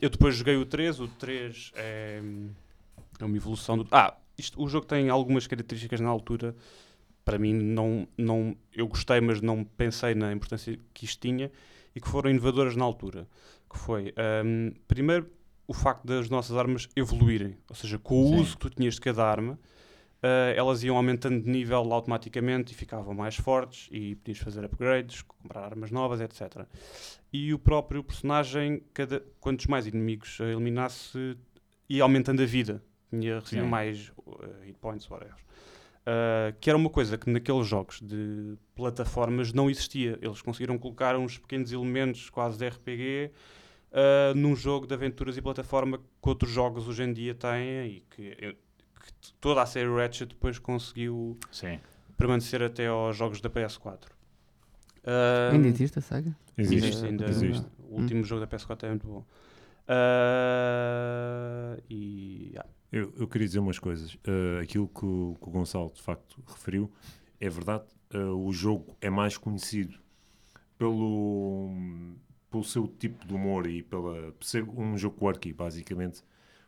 Speaker 4: eu depois joguei o 3. O 3 é, é uma evolução do. Ah, isto, o jogo tem algumas características na altura. Para mim, não, não, eu gostei, mas não pensei na importância que isto tinha e que foram inovadoras na altura. Que foi, ahm, primeiro, o facto das nossas armas evoluírem. Ou seja, com o
Speaker 3: Sim.
Speaker 4: uso que tu tinhas de cada arma, ah, elas iam aumentando de nível automaticamente e ficavam mais fortes e podias fazer upgrades, comprar armas novas, etc. E o próprio personagem, cada, quantos mais inimigos eh, eliminasse, ia aumentando a vida. Tinha recebido
Speaker 3: Sim.
Speaker 4: mais eh, hit points, whatever. Ah, que era uma coisa que naqueles jogos de plataformas não existia. Eles conseguiram colocar uns pequenos elementos quase de RPG ah, num jogo de aventuras e plataforma que outros jogos hoje em dia têm e que, eh, que t- toda a série Ratchet depois conseguiu
Speaker 3: Sim.
Speaker 4: permanecer até aos jogos da PS4. Ah,
Speaker 1: Ainda existe a saga?
Speaker 2: Existe,
Speaker 1: Existe
Speaker 4: ainda.
Speaker 2: existe.
Speaker 4: O último jogo da PS4 é muito bom. Ah, e ah,
Speaker 2: Eu, eu queria dizer umas coisas. Uh, aquilo que o, que o Gonçalo de facto referiu é verdade. Uh, o jogo é mais conhecido pelo, pelo seu tipo de humor e pela, por ser um jogo quirky, basicamente.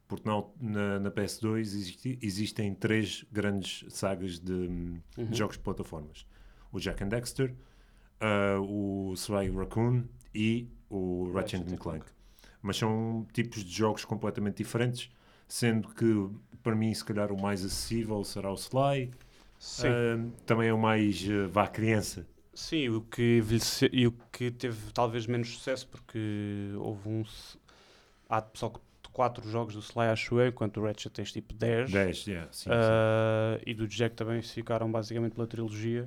Speaker 2: Porque na, al- na, na PS2 existi- existem três grandes sagas de, hum, de jogos de plataformas: o Jack and Dexter, uh, o Sly Raccoon e o Ratchet, and Clank. Mas são tipos de jogos completamente diferentes, sendo que para mim, se calhar, o mais acessível será o Sly.
Speaker 4: sim.
Speaker 2: Ah, também é o mais eh, vá criança.
Speaker 4: Sim, o que envelheceu e o que teve talvez menos sucesso, porque houve um. s- Há só quatro jogos do Sly, acho eu, enquanto o Ratchet tens tipo 10.
Speaker 2: 10, yeah, sim,
Speaker 4: Ah, e do Jack também ficaram basicamente pela trilogia.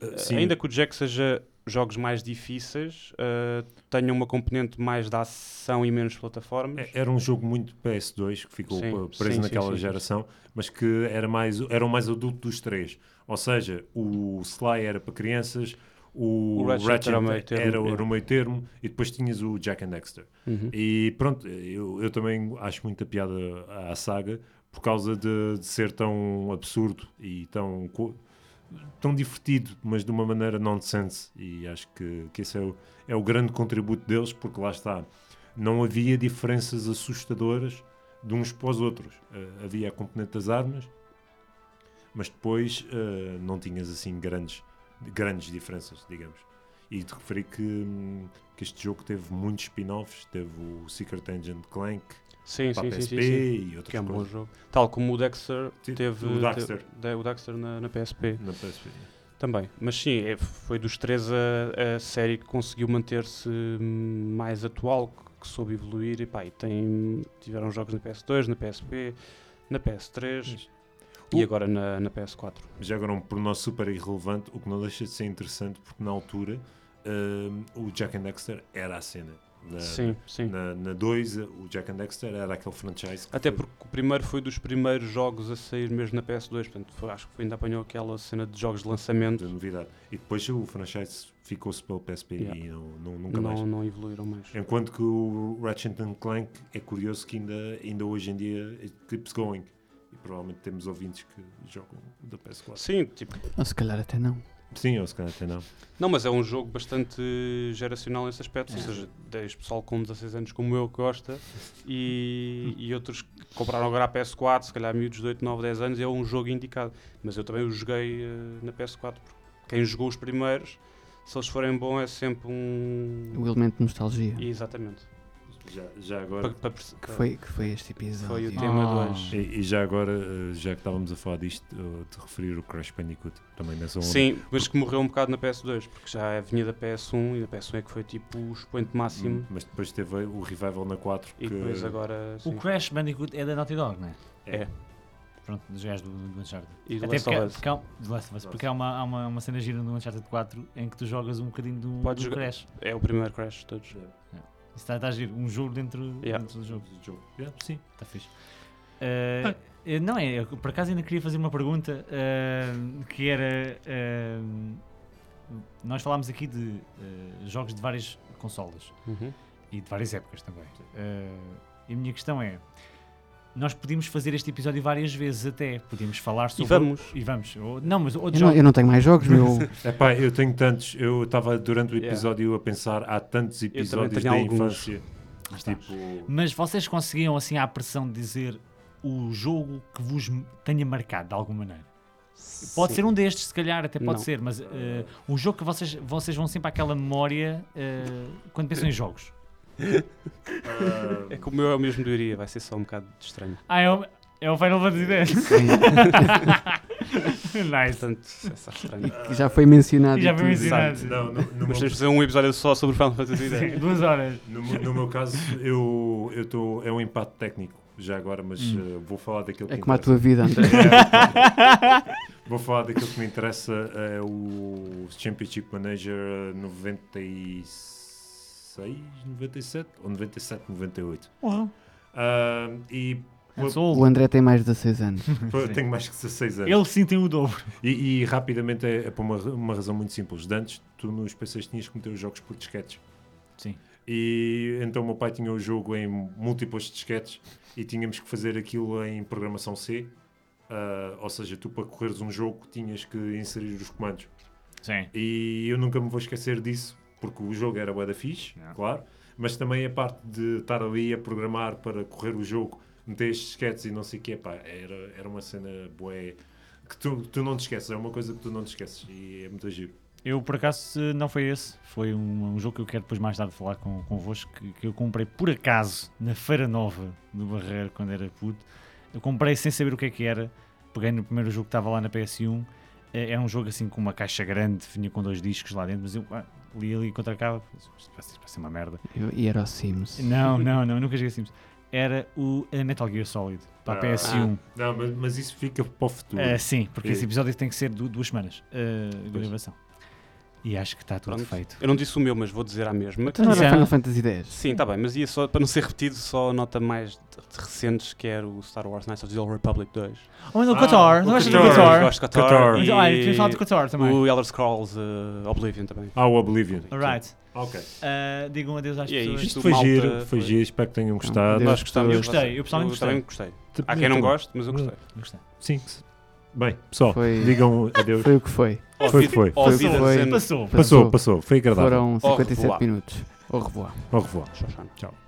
Speaker 2: sim. Ah,
Speaker 4: Ah,
Speaker 2: sim,
Speaker 4: Ainda que o Jack seja jogos mais difíceis, ah, tenha uma componente mais da ação e menos plataformas.
Speaker 2: é- Era um jogo muito PS2 que ficou
Speaker 4: Sim,
Speaker 2: pa-
Speaker 4: sim,
Speaker 2: preso
Speaker 4: sim,
Speaker 2: naquela
Speaker 4: sim, sim.
Speaker 2: geração, mas que era, mais, era o mais adulto dos três. Ou seja, o Sly era para crianças, o,
Speaker 4: O Ratchet
Speaker 2: Ratchet,
Speaker 4: era o meio
Speaker 2: era,
Speaker 4: termo,
Speaker 2: o-
Speaker 4: é.
Speaker 2: era o meio termo, e depois tinhas o Jack and Dexter.
Speaker 4: Uhum.
Speaker 2: E pronto, eu, eu também acho muita piada à saga por causa de, de ser tão absurdo e tão, co- tão divertido, mas de uma maneira nonsense. E acho que, que esse é o, é o grande contributo deles, porque lá está, não havia diferenças assustadoras de uns para os outros. Eh, havia a componente das armas, mas depois eh, não tinhas assim grandes, grandes diferenças, digamos. E te referi que, hum, que este jogo teve muitos spin-offs, teve o Secret Agent Clank
Speaker 4: Sim,
Speaker 2: para
Speaker 4: sim,
Speaker 2: a
Speaker 4: sim,
Speaker 2: PSP
Speaker 4: sim, sim.
Speaker 2: e outras
Speaker 4: Que é um bom
Speaker 2: coisas
Speaker 4: jogo. Tal como o Dexter
Speaker 2: Ti-
Speaker 4: teve.
Speaker 2: o Daxter.
Speaker 4: teve- de- o Daxter na, na PSP
Speaker 2: na PSP.
Speaker 4: também. Mas sim, é- foi dos três a, a série que conseguiu manter-se hum, mais atual, que- que soube evoluir. E, pá, e tem, tiveram jogos na PS2, na PSP, na PS3 e
Speaker 2: O-
Speaker 4: agora na, na PS4.
Speaker 2: Já agora um pormenor super irrelevante, o que não deixa de ser interessante, porque na altura hum, o Jack and Dexter era a cena. É, Na,
Speaker 4: sim, sim.
Speaker 2: Na, na 2, o Jack and Dexter era aquele franchise que
Speaker 4: Até
Speaker 2: foi-
Speaker 4: porque o primeiro foi dos primeiros jogos a sair mesmo na PS2, portanto foi- acho que ainda apanhou aquela cena de jogos de lançamento
Speaker 2: de novidade. E depois o franchise ficou-se pelo PSP e não, não- nunca mais. É
Speaker 4: não, não evoluíram mais.
Speaker 2: Enquanto que o Ratchet and Clank é curioso que ainda, ainda hoje em dia it keeps going. E provavelmente temos ouvintes que jogam da PS4.
Speaker 4: Sim, tipo,
Speaker 1: Ou se calhar até não.
Speaker 2: Sim, ou se calhar até não.
Speaker 4: não, mas é um jogo bastante geracional nesse aspecto, ou
Speaker 1: É.
Speaker 4: seja, tens pessoal com 16 anos como eu que gosta e, e outros que compraram agora a PS4, se calhar miúdos de 8, 9, 10 anos, é um jogo indicado. Mas eu também o joguei eh, na PS4, porque quem jogou os primeiros, se eles forem bons é sempre um...
Speaker 1: O elemento de nostalgia.
Speaker 4: Exatamente.
Speaker 2: Já, já
Speaker 4: Pa-
Speaker 2: agora.
Speaker 4: pa- perce-
Speaker 1: Que foi, que foi este episódio.
Speaker 4: Foi o
Speaker 3: Ah.
Speaker 4: tema de hoje.
Speaker 2: E, e já agora, eh, já que estávamos a falar disto, eh, te referir o Crash Bandicoot também nessa onda.
Speaker 4: Sim, mas que morreu um bocado na PS2, porque já vinha da PS1 e da PS1 é que foi tipo o expoente máximo.
Speaker 2: Hum, Mas depois teve o revival na 4
Speaker 4: E
Speaker 2: que
Speaker 4: depois agora.
Speaker 3: O
Speaker 4: sim.
Speaker 3: Crash Bandicoot é da Naughty Dog, não é?
Speaker 4: É.
Speaker 3: pronto, dos gajos do, do Uncharted.
Speaker 4: E do
Speaker 3: Até
Speaker 4: Last
Speaker 3: porque, é há- porque, há,
Speaker 4: of Us.
Speaker 3: do Last of Us, porque há uma, há uma, uma cena gira no Uncharted 4 em que tu jogas um bocadinho do,
Speaker 4: Podes
Speaker 3: do
Speaker 4: jogar-
Speaker 3: Crash. Isso
Speaker 4: É o primeiro Crash de todos.
Speaker 3: está, está a giro, um jogo dentro,
Speaker 4: Yeah.
Speaker 3: dentro do jogo.
Speaker 2: Yeah, sim. Ah.
Speaker 3: Está Tá fixe. Eh, eh, Não, é, eu, por acaso ainda queria fazer uma pergunta eh, que era. eh, nós falámos aqui de eh, jogos de várias consolas
Speaker 2: Uhum.
Speaker 3: e de várias épocas também. Eh, e a minha questão é: nós podíamos fazer este episódio várias vezes até, podíamos falar sobre.
Speaker 4: vamos.
Speaker 3: E vamos. Ou- não, mas
Speaker 1: Eu
Speaker 3: outros
Speaker 1: não,
Speaker 3: jogos.
Speaker 1: eu não tenho mais jogos,
Speaker 4: [LAUGHS]
Speaker 1: meu.
Speaker 2: Epá, eu tenho tantos. Eu estava durante o
Speaker 4: Yeah.
Speaker 2: episódio a pensar, há tantos episódios
Speaker 4: tenho
Speaker 2: da
Speaker 4: alguns.
Speaker 2: infância.
Speaker 3: Ah, está.
Speaker 2: Tipo,
Speaker 3: Mas vocês conseguiam, assim, à pressão, dizer o jogo que vos m- tenha marcado de alguma maneira? Pode ser um destes, se calhar, até pode
Speaker 4: Não.
Speaker 3: ser, mas eh, um jogo que vocês, vocês vão sempre àquela memória eh, quando pensam em jogos.
Speaker 4: É que o meu é o mesmo de Iria, vai ser só um bocado estranho.
Speaker 3: Ah, é o, é o Final Fantasy X.
Speaker 1: Sim,
Speaker 3: nice. [LAUGHS]
Speaker 4: Portanto, é só estranho.
Speaker 1: que já foi mencionado.
Speaker 3: E já
Speaker 1: e
Speaker 3: foi
Speaker 1: tudo.
Speaker 3: mencionado.
Speaker 2: não, no, no
Speaker 4: Mas
Speaker 2: meu
Speaker 4: temos de fazer um episódio só sobre o Final Fantasy X.
Speaker 3: Sim, duas horas.
Speaker 2: No, meu- no meu caso, eu, eu tô, é um impacto técnico já agora, mas eh, vou falar daquilo que
Speaker 1: É como a tua
Speaker 2: interessa.
Speaker 1: vida, André.
Speaker 2: Vou falar daquilo que me interessa, é o Championship Manager 96, 97 ou 97, 98.
Speaker 3: Porra.
Speaker 2: Ah, e
Speaker 3: Eu sou
Speaker 1: O
Speaker 3: old.
Speaker 1: André tem mais de 16
Speaker 3: [LAUGHS]
Speaker 1: anos.
Speaker 2: eu tenho mais que 16 anos.
Speaker 3: Ele sim tem o dobro.
Speaker 2: E, e rapidamente é, é por uma, uma razão muito simples. De antes, tu nos PCs tinhas que meter os jogos por disquetes.
Speaker 3: Sim.
Speaker 2: E então o meu pai tinha o jogo em múltiplos disquetes e tínhamos que fazer aquilo em programação C. Ah, ou seja, tu para correres um jogo tinhas que inserir os comandos.
Speaker 3: Sim.
Speaker 2: E eu nunca me vou esquecer disso, porque o jogo era bué da fixe,
Speaker 3: Yeah.
Speaker 2: claro, mas também a parte de estar ali a programar para correr o jogo, meter estes sketches e não sei o quê, pá, era, era uma cena bué que tu, tu não te esqueces, é uma coisa que tu não te esqueces e é muito giro.
Speaker 3: Eu, por acaso, eh, não foi esse. Foi um, um jogo que eu quero depois mais tarde falar com, convosco, que, que eu comprei por acaso na Feira Nova do Barreiro, quando era puto. Eu comprei sem saber o que é que era. Peguei no primeiro jogo que estava lá na PS1. Eh, Era um jogo assim com uma caixa grande, vinha com dois discos lá dentro, mas eu ah, li ali contra a capa. Isto vai ser- vai ser uma merda.
Speaker 1: Eu- E era o Sims.
Speaker 3: Não, não, não, nunca joguei Sims. Era o eh, Metal Gear Solid, para a
Speaker 2: Ah.
Speaker 3: PS1.
Speaker 2: Não, mas, mas isso fica para o futuro.
Speaker 3: Ah, sim, porque
Speaker 2: E-
Speaker 3: esse episódio tem que ser du- duas semanas eh, de gravação. E acho que está tudo
Speaker 4: Pronto.
Speaker 3: feito.
Speaker 4: Eu não disse o meu, mas vou dizer à mesma.
Speaker 1: Então não era
Speaker 3: Já.
Speaker 1: Final Fantasy X.
Speaker 4: Sim, está bem, mas ia só, para não ser repetido, só a nota mais de- de recentes, que era o Star Wars Knights of the Old Republic 2.
Speaker 3: Oh, não,
Speaker 2: Ah,
Speaker 3: Qatar,
Speaker 2: o
Speaker 3: não achas do
Speaker 2: Qatar.
Speaker 3: Qatar?
Speaker 4: Gosto de Qatar.
Speaker 3: Mas,
Speaker 4: E
Speaker 3: Olha, tinha falado de Qatar também.
Speaker 4: O Elder Scrolls eh, Oblivion também.
Speaker 2: Ah, o Oblivion.
Speaker 3: Alright.
Speaker 2: Ok.
Speaker 3: Ah, digam adeus às
Speaker 4: E é
Speaker 3: pessoas.
Speaker 4: isto.
Speaker 2: Isto foi
Speaker 4: malta,
Speaker 2: giro, foi,
Speaker 4: foi-
Speaker 2: giro, espero que tenham gostado.
Speaker 1: Deus.
Speaker 4: Nós gostamos.
Speaker 1: Eu
Speaker 3: gostei, eu pessoalmente gostei.
Speaker 4: também gostei. Há quem não goste, mas eu gostei.
Speaker 3: Gostei.
Speaker 2: Sim. Bem, pessoal,
Speaker 1: Foi-
Speaker 2: digam adeus.
Speaker 1: Foi o que foi.
Speaker 2: Foi que foi.
Speaker 4: Ou
Speaker 1: Foi que
Speaker 4: vida
Speaker 1: foi.
Speaker 4: dizendo.
Speaker 3: Passou.
Speaker 2: Passou,
Speaker 1: Passou.
Speaker 2: passou, foi agradável.
Speaker 1: Foram
Speaker 4: Au
Speaker 1: 57
Speaker 4: revoir.
Speaker 1: minutos. Au revoir.
Speaker 2: Au revoir.
Speaker 4: Xoxana.
Speaker 2: Tchau.